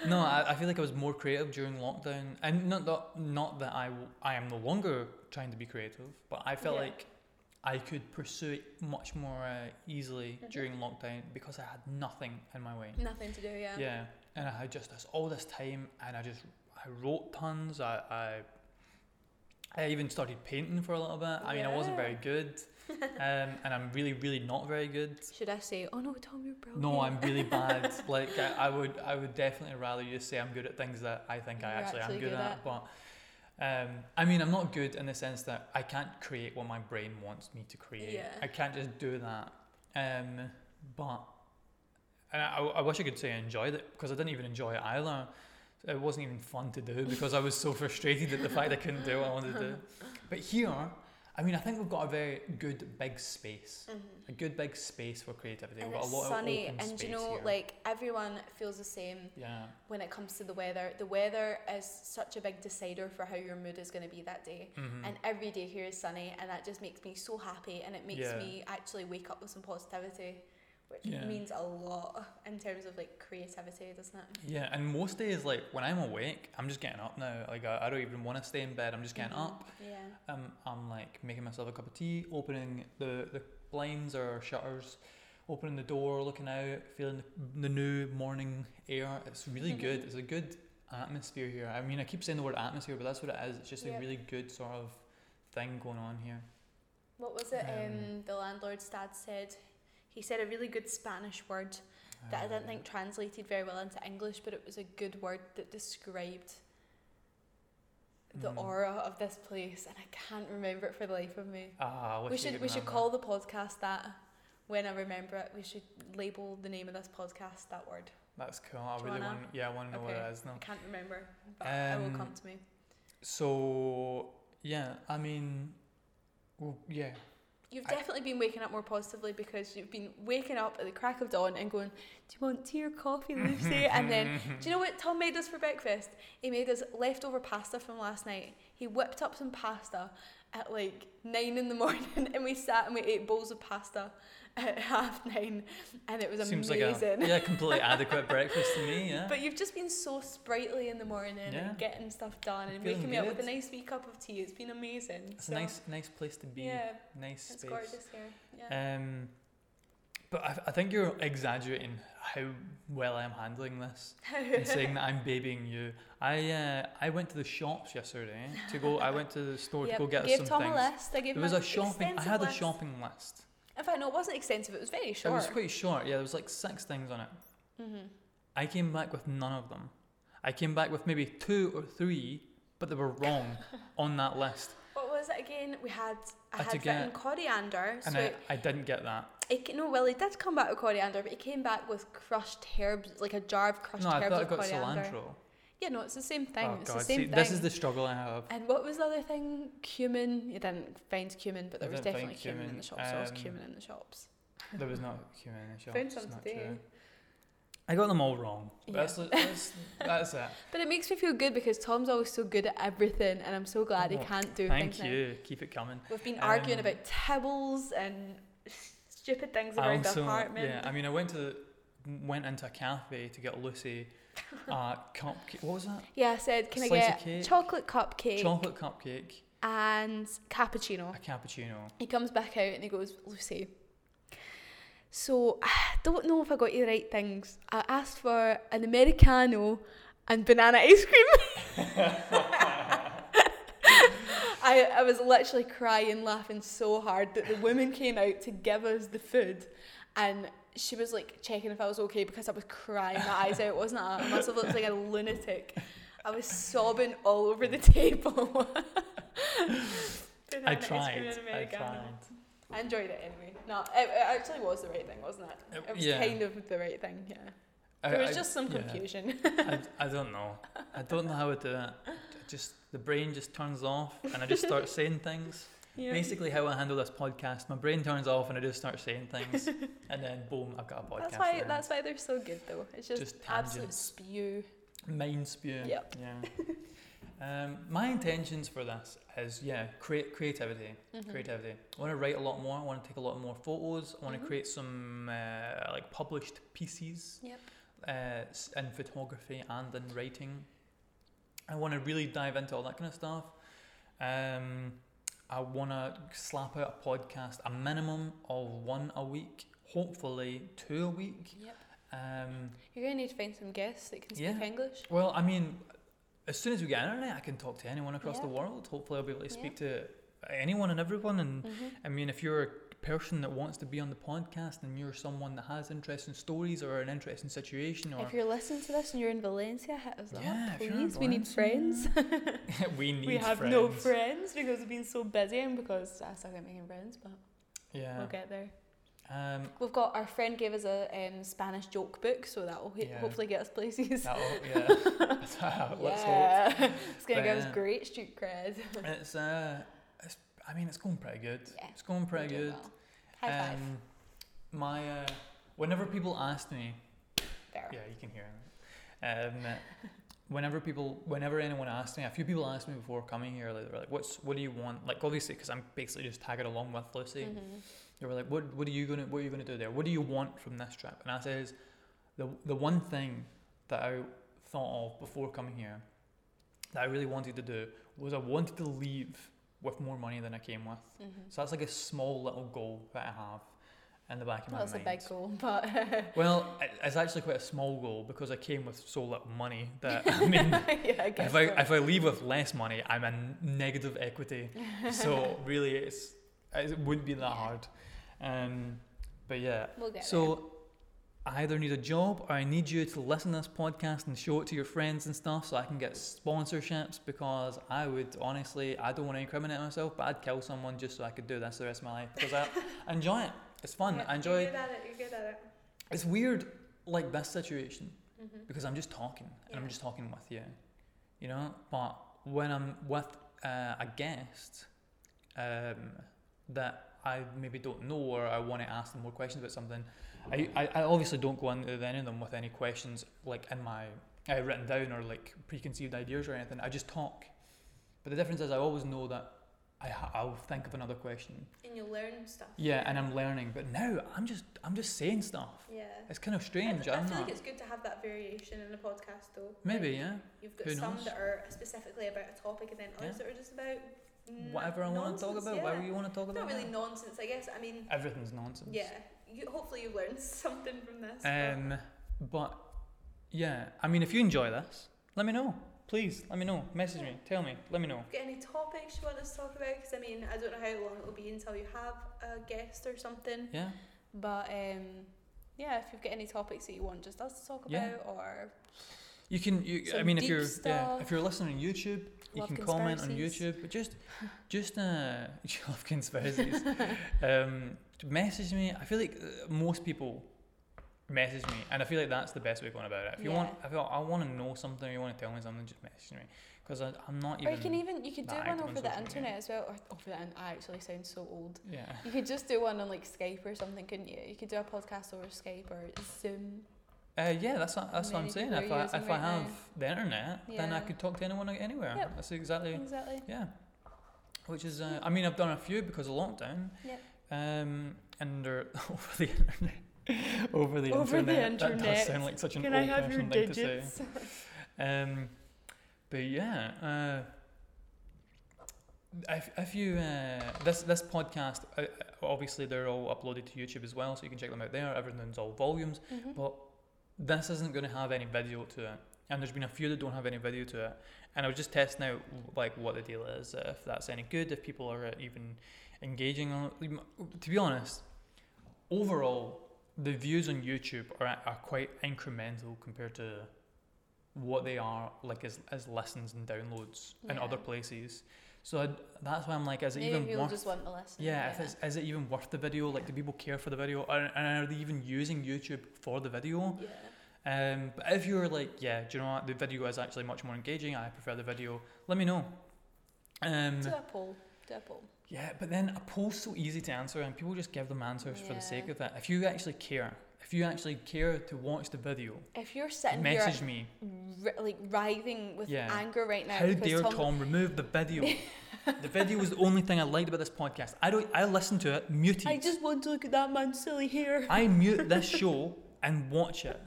[SPEAKER 1] no, I, I feel like I was more creative during lockdown, and not that not that I w- I am no longer trying to be creative, but I felt
[SPEAKER 2] Yeah.
[SPEAKER 1] like I could pursue it much more uh, easily
[SPEAKER 2] Mhm.
[SPEAKER 1] during lockdown because I had nothing in my way.
[SPEAKER 2] Nothing to do, yeah.
[SPEAKER 1] Yeah, and I had just this all this time, and I just I wrote tons. I I, I even started painting for a little bit. I mean, I wasn't
[SPEAKER 2] Yeah.
[SPEAKER 1] very good, um, and I'm really, really not very good.
[SPEAKER 2] Should I say, oh no, Tom, you're brilliant?
[SPEAKER 1] No, I'm really
[SPEAKER 2] (laughs)
[SPEAKER 1] bad. like I, I would, I would definitely rather you just say I'm good at things that I think I
[SPEAKER 2] You're
[SPEAKER 1] actually,
[SPEAKER 2] actually
[SPEAKER 1] am good,
[SPEAKER 2] good
[SPEAKER 1] at.
[SPEAKER 2] at.
[SPEAKER 1] But um, I mean, I'm not good in the sense that I can't create what my brain wants me to create.
[SPEAKER 2] Yeah.
[SPEAKER 1] I can't just do that. Um, but and I, I wish I could say I enjoyed it because I didn't even enjoy it either. It wasn't even fun to do (laughs) because I was so frustrated at the fact I couldn't do what I wanted to
[SPEAKER 2] (laughs)
[SPEAKER 1] do. But here, I mean, I think we've got a very good big space
[SPEAKER 2] Mhm.
[SPEAKER 1] a good big space for creativity.
[SPEAKER 2] And
[SPEAKER 1] We've got a
[SPEAKER 2] it's
[SPEAKER 1] lot
[SPEAKER 2] sunny,
[SPEAKER 1] of open
[SPEAKER 2] and
[SPEAKER 1] space
[SPEAKER 2] you know,
[SPEAKER 1] here.
[SPEAKER 2] like everyone feels the same
[SPEAKER 1] yeah,
[SPEAKER 2] when it comes to the weather. The weather is such a big decider for how your mood is going to be that day.
[SPEAKER 1] Mhm.
[SPEAKER 2] And every day here is sunny, and that just makes me so happy, and it makes
[SPEAKER 1] Yeah.
[SPEAKER 2] me actually wake up with some positivity, which
[SPEAKER 1] Yeah.
[SPEAKER 2] means a lot in terms of like creativity, doesn't it?
[SPEAKER 1] yeah. And most days, like when I'm awake, I'm just getting up now. Like I, I don't even want to stay in bed. I'm just getting
[SPEAKER 2] Mhm.
[SPEAKER 1] up.
[SPEAKER 2] Yeah.
[SPEAKER 1] Um, I'm like making myself a cup of tea, opening the the blinds or shutters, opening the door, looking out, feeling the, the new morning air. It's really
[SPEAKER 2] Mm-hmm.
[SPEAKER 1] good. It's a good atmosphere here. I mean, I keep saying the word atmosphere, but that's what it is. It's just
[SPEAKER 2] Yep.
[SPEAKER 1] a really good sort of thing going on here.
[SPEAKER 2] What was it? Um,
[SPEAKER 1] Um,
[SPEAKER 2] the landlord's dad said. He said a really good Spanish word that I
[SPEAKER 1] Um,
[SPEAKER 2] didn't think translated very well into English, but it was a good word that described the
[SPEAKER 1] Mm.
[SPEAKER 2] aura of this place, and I can't remember it for the life of me.
[SPEAKER 1] Ah, I wish
[SPEAKER 2] we
[SPEAKER 1] you
[SPEAKER 2] should
[SPEAKER 1] could
[SPEAKER 2] we should
[SPEAKER 1] remember.
[SPEAKER 2] call the podcast that when I remember it. We should label the name of this podcast that word.
[SPEAKER 1] That's cool. I
[SPEAKER 2] Do you
[SPEAKER 1] really
[SPEAKER 2] wanna-
[SPEAKER 1] want. Yeah, I want to know what
[SPEAKER 2] Okay.
[SPEAKER 1] it is now.
[SPEAKER 2] I can't remember, but it will come
[SPEAKER 1] Um,
[SPEAKER 2] to me.
[SPEAKER 1] So yeah, I mean, well, yeah,
[SPEAKER 2] You've
[SPEAKER 1] I-
[SPEAKER 2] definitely been waking up more positively because you've been waking up at the crack of dawn and going, "Do you want tea or coffee, Lucy?"
[SPEAKER 1] (laughs)
[SPEAKER 2] and then Do you know what Tom made us for breakfast? He made us leftover pasta from last night. He whipped up some pasta at like nine in the (laughs) morning, and we sat and we ate bowls of pasta (laughs) at half nine, and it was
[SPEAKER 1] seems
[SPEAKER 2] amazing.
[SPEAKER 1] like a yeah
[SPEAKER 2] (laughs)
[SPEAKER 1] completely adequate breakfast to me. Yeah.
[SPEAKER 2] But you've just been so sprightly in the morning
[SPEAKER 1] Yeah.
[SPEAKER 2] and getting stuff done and
[SPEAKER 1] Feeling
[SPEAKER 2] waking me up with a
[SPEAKER 1] good.
[SPEAKER 2] nice wee cup of tea. It's been amazing.
[SPEAKER 1] it's
[SPEAKER 2] so,
[SPEAKER 1] a nice, nice place to be.
[SPEAKER 2] Yeah,
[SPEAKER 1] nice
[SPEAKER 2] it's
[SPEAKER 1] space.
[SPEAKER 2] gorgeous here. Yeah.
[SPEAKER 1] Um, but I, I think you're exaggerating how well I'm handling this
[SPEAKER 2] (laughs)
[SPEAKER 1] and saying that I'm babying you. I uh, I went to the shops yesterday to go. I went to the store
[SPEAKER 2] Yep,
[SPEAKER 1] to go get
[SPEAKER 2] gave
[SPEAKER 1] some
[SPEAKER 2] Tom
[SPEAKER 1] things.
[SPEAKER 2] a list. I
[SPEAKER 1] There
[SPEAKER 2] gave him
[SPEAKER 1] was
[SPEAKER 2] an
[SPEAKER 1] a shopping. I
[SPEAKER 2] extensive
[SPEAKER 1] had a
[SPEAKER 2] list.
[SPEAKER 1] shopping list.
[SPEAKER 2] In fact, no, it wasn't extensive. It was very short.
[SPEAKER 1] It was quite short. Yeah, there was like six things on it.
[SPEAKER 2] hmm
[SPEAKER 1] I came back with none of them. I came back with maybe two or three, but they were
[SPEAKER 2] (laughs)
[SPEAKER 1] wrong on that list,
[SPEAKER 2] What was it again? We had I
[SPEAKER 1] Had to
[SPEAKER 2] had written
[SPEAKER 1] get-
[SPEAKER 2] coriander.
[SPEAKER 1] and
[SPEAKER 2] so
[SPEAKER 1] I,
[SPEAKER 2] it,
[SPEAKER 1] I didn't get that.
[SPEAKER 2] it, no, well, he did come back with coriander, but he came back with crushed herbs, like a jar of crushed
[SPEAKER 1] No, I
[SPEAKER 2] herbs
[SPEAKER 1] thought I
[SPEAKER 2] of
[SPEAKER 1] got
[SPEAKER 2] coriander.
[SPEAKER 1] cilantro.
[SPEAKER 2] Yeah, no, it's the same thing.
[SPEAKER 1] oh
[SPEAKER 2] it's
[SPEAKER 1] God,
[SPEAKER 2] the same
[SPEAKER 1] see,
[SPEAKER 2] thing.
[SPEAKER 1] this is the struggle I have.
[SPEAKER 2] and what was the other thing? Cumin. You didn't find cumin,
[SPEAKER 1] I
[SPEAKER 2] but there was
[SPEAKER 1] didn't
[SPEAKER 2] definitely
[SPEAKER 1] find
[SPEAKER 2] cumin, in
[SPEAKER 1] cumin.
[SPEAKER 2] the shops. there was
[SPEAKER 1] Um,
[SPEAKER 2] cumin in the shops.
[SPEAKER 1] There was not human in the shop.
[SPEAKER 2] Found
[SPEAKER 1] it's
[SPEAKER 2] some
[SPEAKER 1] not
[SPEAKER 2] today.
[SPEAKER 1] true. I got them all wrong.
[SPEAKER 2] Yeah.
[SPEAKER 1] That's, that's, that's
[SPEAKER 2] (laughs)
[SPEAKER 1] it.
[SPEAKER 2] But it makes me feel good because Tom's always so good at everything, and I'm so glad he
[SPEAKER 1] Oh,
[SPEAKER 2] can't do
[SPEAKER 1] Thank
[SPEAKER 2] things now.
[SPEAKER 1] you. Keep it coming.
[SPEAKER 2] We've been arguing
[SPEAKER 1] Um,
[SPEAKER 2] about tables and stupid things
[SPEAKER 1] I
[SPEAKER 2] around
[SPEAKER 1] also-
[SPEAKER 2] the apartment.
[SPEAKER 1] yeah. I mean, I went to went into a cafe to get
[SPEAKER 2] (laughs)
[SPEAKER 1] Lucy a cup. What was that?
[SPEAKER 2] Yeah, I said, can I
[SPEAKER 1] Slice of
[SPEAKER 2] get
[SPEAKER 1] cake.
[SPEAKER 2] chocolate cupcake
[SPEAKER 1] Chocolate cupcake,
[SPEAKER 2] and cappuccino?
[SPEAKER 1] a
[SPEAKER 2] (laughs)
[SPEAKER 1] cappuccino.
[SPEAKER 2] He comes back out and he goes, Lucy. So (sighs) I don't know if I got you the right things. I asked for an americano and banana ice cream. I, I was literally crying, laughing so hard that the woman came out to give us the food, and she was like checking if I was okay because I was crying my eyes out, wasn't I? I must have looked like a lunatic. I was sobbing all over the table. (laughs)
[SPEAKER 1] I
[SPEAKER 2] Banana ice cream
[SPEAKER 1] tried.
[SPEAKER 2] and
[SPEAKER 1] I
[SPEAKER 2] Americano.
[SPEAKER 1] tried.
[SPEAKER 2] I enjoyed it anyway. No, it, it actually was the right thing, wasn't it?
[SPEAKER 1] It-
[SPEAKER 2] It was
[SPEAKER 1] Uh, yeah.
[SPEAKER 2] kind of the right thing, yeah.
[SPEAKER 1] I-
[SPEAKER 2] There was
[SPEAKER 1] I-
[SPEAKER 2] just some
[SPEAKER 1] yeah.
[SPEAKER 2] confusion.
[SPEAKER 1] (laughs) I, I don't know. I don't know how I do it. It Just the brain just turns off, and I just start saying things.
[SPEAKER 2] (laughs) (laughs) Yeah.
[SPEAKER 1] Basically, how I handle this podcast, my brain turns off, and I just start saying
[SPEAKER 2] (laughs)
[SPEAKER 1] things, and then boom, I've got a podcast.
[SPEAKER 2] That's why
[SPEAKER 1] there.
[SPEAKER 2] that's why they're so good though. It's just,
[SPEAKER 1] Just
[SPEAKER 2] absolute
[SPEAKER 1] tangents.
[SPEAKER 2] spew.
[SPEAKER 1] Mind spew.
[SPEAKER 2] Yep. (laughs)
[SPEAKER 1] Yeah. um, my intentions for this is yeah, create creativity.
[SPEAKER 2] Mhm.
[SPEAKER 1] Creativity. I want to write a lot more. I want to take a lot more photos. I want to
[SPEAKER 2] Mhm.
[SPEAKER 1] create some uh, like published pieces.
[SPEAKER 2] Yep.
[SPEAKER 1] Uh, s- in photography and in writing. I want to really dive into all that kind of stuff. Um, I want to slap out a podcast, a minimum of one a week, hopefully two a week.
[SPEAKER 2] Yep.
[SPEAKER 1] Um,
[SPEAKER 2] You're gonna need to find some guests that can speak
[SPEAKER 1] Yeah.
[SPEAKER 2] English.
[SPEAKER 1] well, I mean, as soon as we get internet, I can talk to anyone across the
[SPEAKER 2] Yeah.
[SPEAKER 1] world. Hopefully, I'll be able to
[SPEAKER 2] Yeah.
[SPEAKER 1] speak to anyone and everyone. And
[SPEAKER 2] Mm-hmm.
[SPEAKER 1] I mean, if you're a person that wants to be on the podcast and you're someone that has interesting stories or an interesting situation, or
[SPEAKER 2] If you're listening to this and you're in Valencia, hit us
[SPEAKER 1] Yeah,
[SPEAKER 2] up,
[SPEAKER 1] if you're in
[SPEAKER 2] please. We need friends. (laughs)
[SPEAKER 1] (laughs) we need
[SPEAKER 2] we have
[SPEAKER 1] friends.
[SPEAKER 2] no friends because we've been so busy and because I still can't making friends, but
[SPEAKER 1] Yeah.
[SPEAKER 2] we'll get there. (laughs)
[SPEAKER 1] Um,
[SPEAKER 2] We've got our friend gave us a um, Spanish joke book, so that will
[SPEAKER 1] Yeah.
[SPEAKER 2] hopefully get us places.
[SPEAKER 1] that'll- yeah.
[SPEAKER 2] (laughs)
[SPEAKER 1] Let's hope.
[SPEAKER 2] yeah, it's gonna give
[SPEAKER 1] Yeah.
[SPEAKER 2] us great street cred. (laughs)
[SPEAKER 1] It's uh, it's, I mean, it's going pretty good.
[SPEAKER 2] Yeah,
[SPEAKER 1] It's going pretty
[SPEAKER 2] We'll do
[SPEAKER 1] good.
[SPEAKER 2] well. High five.
[SPEAKER 1] Um, my uh, whenever people ask me,
[SPEAKER 2] There.
[SPEAKER 1] Yeah, you can hear it. Um,
[SPEAKER 2] (laughs)
[SPEAKER 1] whenever people, whenever anyone asks me, a few people asked me before coming here, like they were like, "What's, what do you want?" Like obviously, because I'm basically just tagging along with Lucy.
[SPEAKER 2] Mhm.
[SPEAKER 1] They were like, "What, what are you gonna, what are you gonna do there? What do you want from this trip?" And I says, "The, the one thing that I thought of before coming here, that I really wanted to do was I wanted to leave with more money than I came with.
[SPEAKER 2] Mhm.
[SPEAKER 1] So that's like a small little goal that I have in the back of my
[SPEAKER 2] Well, that's a
[SPEAKER 1] mind.
[SPEAKER 2] big goal, but (laughs)
[SPEAKER 1] Well, it- it's actually quite a small goal because I came with so little money
[SPEAKER 2] (laughs)
[SPEAKER 1] that I mean,
[SPEAKER 2] yeah, I guess
[SPEAKER 1] if I
[SPEAKER 2] so.
[SPEAKER 1] if I leave with less money, I'm in negative
[SPEAKER 2] (laughs)
[SPEAKER 1] equity. So really, it's it wouldn't be that
[SPEAKER 2] Yeah.
[SPEAKER 1] hard. Um, But yeah.
[SPEAKER 2] We'll get there.
[SPEAKER 1] So I either need a job or I need you to listen to this podcast and show it to your friends and stuff so I can get sponsorships because I would honestly I don't want to incriminate myself, but I'd kill someone just so I could do this the rest of my life. Because I,
[SPEAKER 2] (laughs)
[SPEAKER 1] I enjoy it. It's fun. I enjoy
[SPEAKER 2] You're good at it. You're good at it.
[SPEAKER 1] it's weird like this situation
[SPEAKER 2] Mm-hmm.
[SPEAKER 1] because I'm just talking and I'm
[SPEAKER 2] Yeah.
[SPEAKER 1] just talking with you, you know. But when I'm with uh, a guest um, that I maybe don't know or I want to ask them more questions about something, I, I, I obviously don't go into any of them with any questions like in my uh, written down or like preconceived ideas or anything. I just talk. But the difference is I always know that I ha- I'll think of another question.
[SPEAKER 2] And you learn stuff.
[SPEAKER 1] Yeah, and I'm learning. But now I'm just I'm just saying stuff.
[SPEAKER 2] Yeah.
[SPEAKER 1] It's kind of strange.
[SPEAKER 2] I, I
[SPEAKER 1] I'm
[SPEAKER 2] feel
[SPEAKER 1] not.
[SPEAKER 2] like it's good to have that variation in a podcast though.
[SPEAKER 1] maybe
[SPEAKER 2] Like,
[SPEAKER 1] yeah.
[SPEAKER 2] You've got
[SPEAKER 1] Who
[SPEAKER 2] some
[SPEAKER 1] knows?
[SPEAKER 2] that are specifically about a topic and then others
[SPEAKER 1] Yeah.
[SPEAKER 2] that are just about n-
[SPEAKER 1] whatever I want to talk
[SPEAKER 2] nonsense,
[SPEAKER 1] about,
[SPEAKER 2] yeah.
[SPEAKER 1] whatever you want to talk
[SPEAKER 2] It's
[SPEAKER 1] about.
[SPEAKER 2] not really
[SPEAKER 1] yeah.
[SPEAKER 2] nonsense, I guess. I mean,
[SPEAKER 1] Everything's nonsense.
[SPEAKER 2] yeah. You, hopefully you learned (laughs) something from this. but-
[SPEAKER 1] Um, but yeah, I mean, if you enjoy this, let me know. Please, let me know. Message me. Tell me. Let me know.
[SPEAKER 2] Got any topics you want us to talk about? Because I mean, I don't know how long it'll be until you have a guest or something.
[SPEAKER 1] Yeah.
[SPEAKER 2] But um, yeah, if you've got any topics that you want just us to talk about,
[SPEAKER 1] Yeah.
[SPEAKER 2] or
[SPEAKER 1] You can. You, I
[SPEAKER 2] Some
[SPEAKER 1] mean, if
[SPEAKER 2] deep
[SPEAKER 1] you're yeah, if
[SPEAKER 2] stuff.
[SPEAKER 1] you're listening on YouTube, you
[SPEAKER 2] Love
[SPEAKER 1] can comment on
[SPEAKER 2] conspiracies.
[SPEAKER 1] YouTube. But just, just uh, (laughs) you love conspiracies. um, message me. I feel like uh, most people message me, and I feel like that's the best way of going about it. If you want, if I, I want to know something, or you want to tell me something, just message me because I'm not even.
[SPEAKER 2] or you can even you could do
[SPEAKER 1] that
[SPEAKER 2] one
[SPEAKER 1] active on
[SPEAKER 2] over the
[SPEAKER 1] social media.
[SPEAKER 2] internet as well, or over the. in- I actually sound so old.
[SPEAKER 1] yeah.
[SPEAKER 2] You could just do one on like Skype or something, couldn't you? You could do a podcast over Skype or Zoom.
[SPEAKER 1] Uh, yeah, that's what, that's what I'm
[SPEAKER 2] Many
[SPEAKER 1] saying.
[SPEAKER 2] people
[SPEAKER 1] If
[SPEAKER 2] are
[SPEAKER 1] I if
[SPEAKER 2] using
[SPEAKER 1] I
[SPEAKER 2] right now.
[SPEAKER 1] have the internet, then I
[SPEAKER 2] Yeah.
[SPEAKER 1] could talk to anyone anywhere.
[SPEAKER 2] Yep.
[SPEAKER 1] That's exactly
[SPEAKER 2] Exactly.
[SPEAKER 1] yeah. Which is uh, I mean I've done a few because of lockdown.
[SPEAKER 2] Yep.
[SPEAKER 1] Um, and they're (laughs) over the internet. over the
[SPEAKER 2] Over the
[SPEAKER 1] internet. That does
[SPEAKER 2] internet.
[SPEAKER 1] sound like such an
[SPEAKER 2] Can I
[SPEAKER 1] old
[SPEAKER 2] have your
[SPEAKER 1] fashioned thing to
[SPEAKER 2] digits? (laughs)
[SPEAKER 1] say. Um, but yeah, uh, if, if you uh, this this podcast, uh, uh, obviously they're all uploaded to YouTube as well, so you can check them out there. Everything's all volumes.
[SPEAKER 2] Mhm.
[SPEAKER 1] But this isn't going to have any video to it, and there's been a few that don't have any video to it. And I was just testing out like what the deal is, uh, if that's any good, if people are uh, even engaging on. it. To be honest, overall, the views on YouTube are are quite incremental compared to what they are like as as listens and downloads in
[SPEAKER 2] Yeah.
[SPEAKER 1] other places. So i that's why I'm like, is it
[SPEAKER 2] Maybe
[SPEAKER 1] even
[SPEAKER 2] people
[SPEAKER 1] worth
[SPEAKER 2] just want to listen.
[SPEAKER 1] yeah, if it's, is it even worth the video? Like, do people care for the video? Are, and are they even using YouTube for the video?
[SPEAKER 2] yeah.
[SPEAKER 1] Um, but if you're like, yeah, do you know what? The video is actually much more engaging. I prefer the video. Let me know. Um,
[SPEAKER 2] Do a poll. Do a poll.
[SPEAKER 1] yeah, but then a poll's so easy to answer, and people just give them answers for the
[SPEAKER 2] Yeah.
[SPEAKER 1] sake of it. If you actually care, if you actually care to watch the video,
[SPEAKER 2] If you're sitting here
[SPEAKER 1] message me.
[SPEAKER 2] ri like writhing with
[SPEAKER 1] Yeah.
[SPEAKER 2] anger right now
[SPEAKER 1] How
[SPEAKER 2] because
[SPEAKER 1] dare Tom,
[SPEAKER 2] Tom,
[SPEAKER 1] remove the video?
[SPEAKER 2] (laughs)
[SPEAKER 1] the video was the only thing I liked about this podcast. I don't. I listened to it muted.
[SPEAKER 2] I just want to look at that man's silly hair.
[SPEAKER 1] I mute this show and watch it.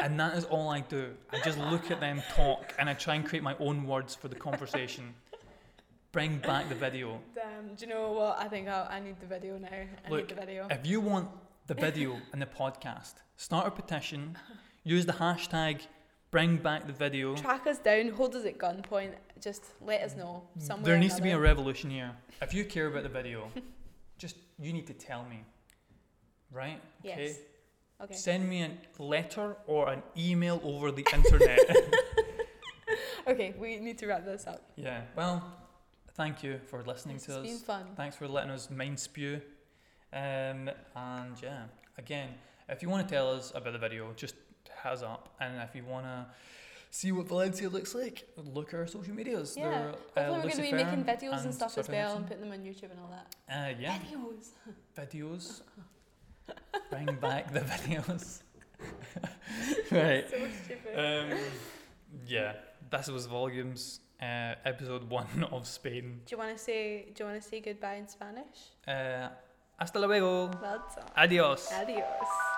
[SPEAKER 1] And that is all I do. I just look at them talk and I try and create my own words for the conversation. Bring back the video.
[SPEAKER 2] Damn, Um, do you know what? I think I'll, I need the video now. I
[SPEAKER 1] Look,
[SPEAKER 2] need the video.
[SPEAKER 1] If you want the video and the podcast, start a petition, use the hashtag bring back the video.
[SPEAKER 2] Track us down, hold us at gunpoint. Just let us know. Somewhere
[SPEAKER 1] there
[SPEAKER 2] or
[SPEAKER 1] needs to be a
[SPEAKER 2] another.
[SPEAKER 1] revolution here. If you care about the
[SPEAKER 2] (laughs)
[SPEAKER 1] video, just you need to tell me. Right?
[SPEAKER 2] Yes. Okay.
[SPEAKER 1] Send me a letter or an email over the internet.
[SPEAKER 2] (laughs) Okay, we need to wrap this up.
[SPEAKER 1] Yeah. Well, thank you for listening
[SPEAKER 2] This
[SPEAKER 1] to
[SPEAKER 2] has been
[SPEAKER 1] us.
[SPEAKER 2] fun.
[SPEAKER 1] Thanks for letting us mind spew. Um, and yeah, again, if you want to tell us about the video, just has up. And if you want to see what Valencia looks like, look at our social medias.
[SPEAKER 2] Yeah.
[SPEAKER 1] They're, uh,
[SPEAKER 2] Hopefully, we're going to be
[SPEAKER 1] Lucifer
[SPEAKER 2] making videos and,
[SPEAKER 1] and
[SPEAKER 2] stuff as
[SPEAKER 1] Sophie
[SPEAKER 2] well and
[SPEAKER 1] Hudson.
[SPEAKER 2] putting them on YouTube and all that.
[SPEAKER 1] Uh, yeah,
[SPEAKER 2] Videos.
[SPEAKER 1] videos. Bring back
[SPEAKER 2] (laughs)
[SPEAKER 1] the videos. (laughs) right.
[SPEAKER 2] So stupid.
[SPEAKER 1] Um, yeah, this was Volumes, uh, episode one (laughs) of Spain.
[SPEAKER 2] do you want to say? Do you want to say goodbye in Spanish?
[SPEAKER 1] Eh, Uh, hasta luego.
[SPEAKER 2] Well done.
[SPEAKER 1] Adiós.
[SPEAKER 2] Adios.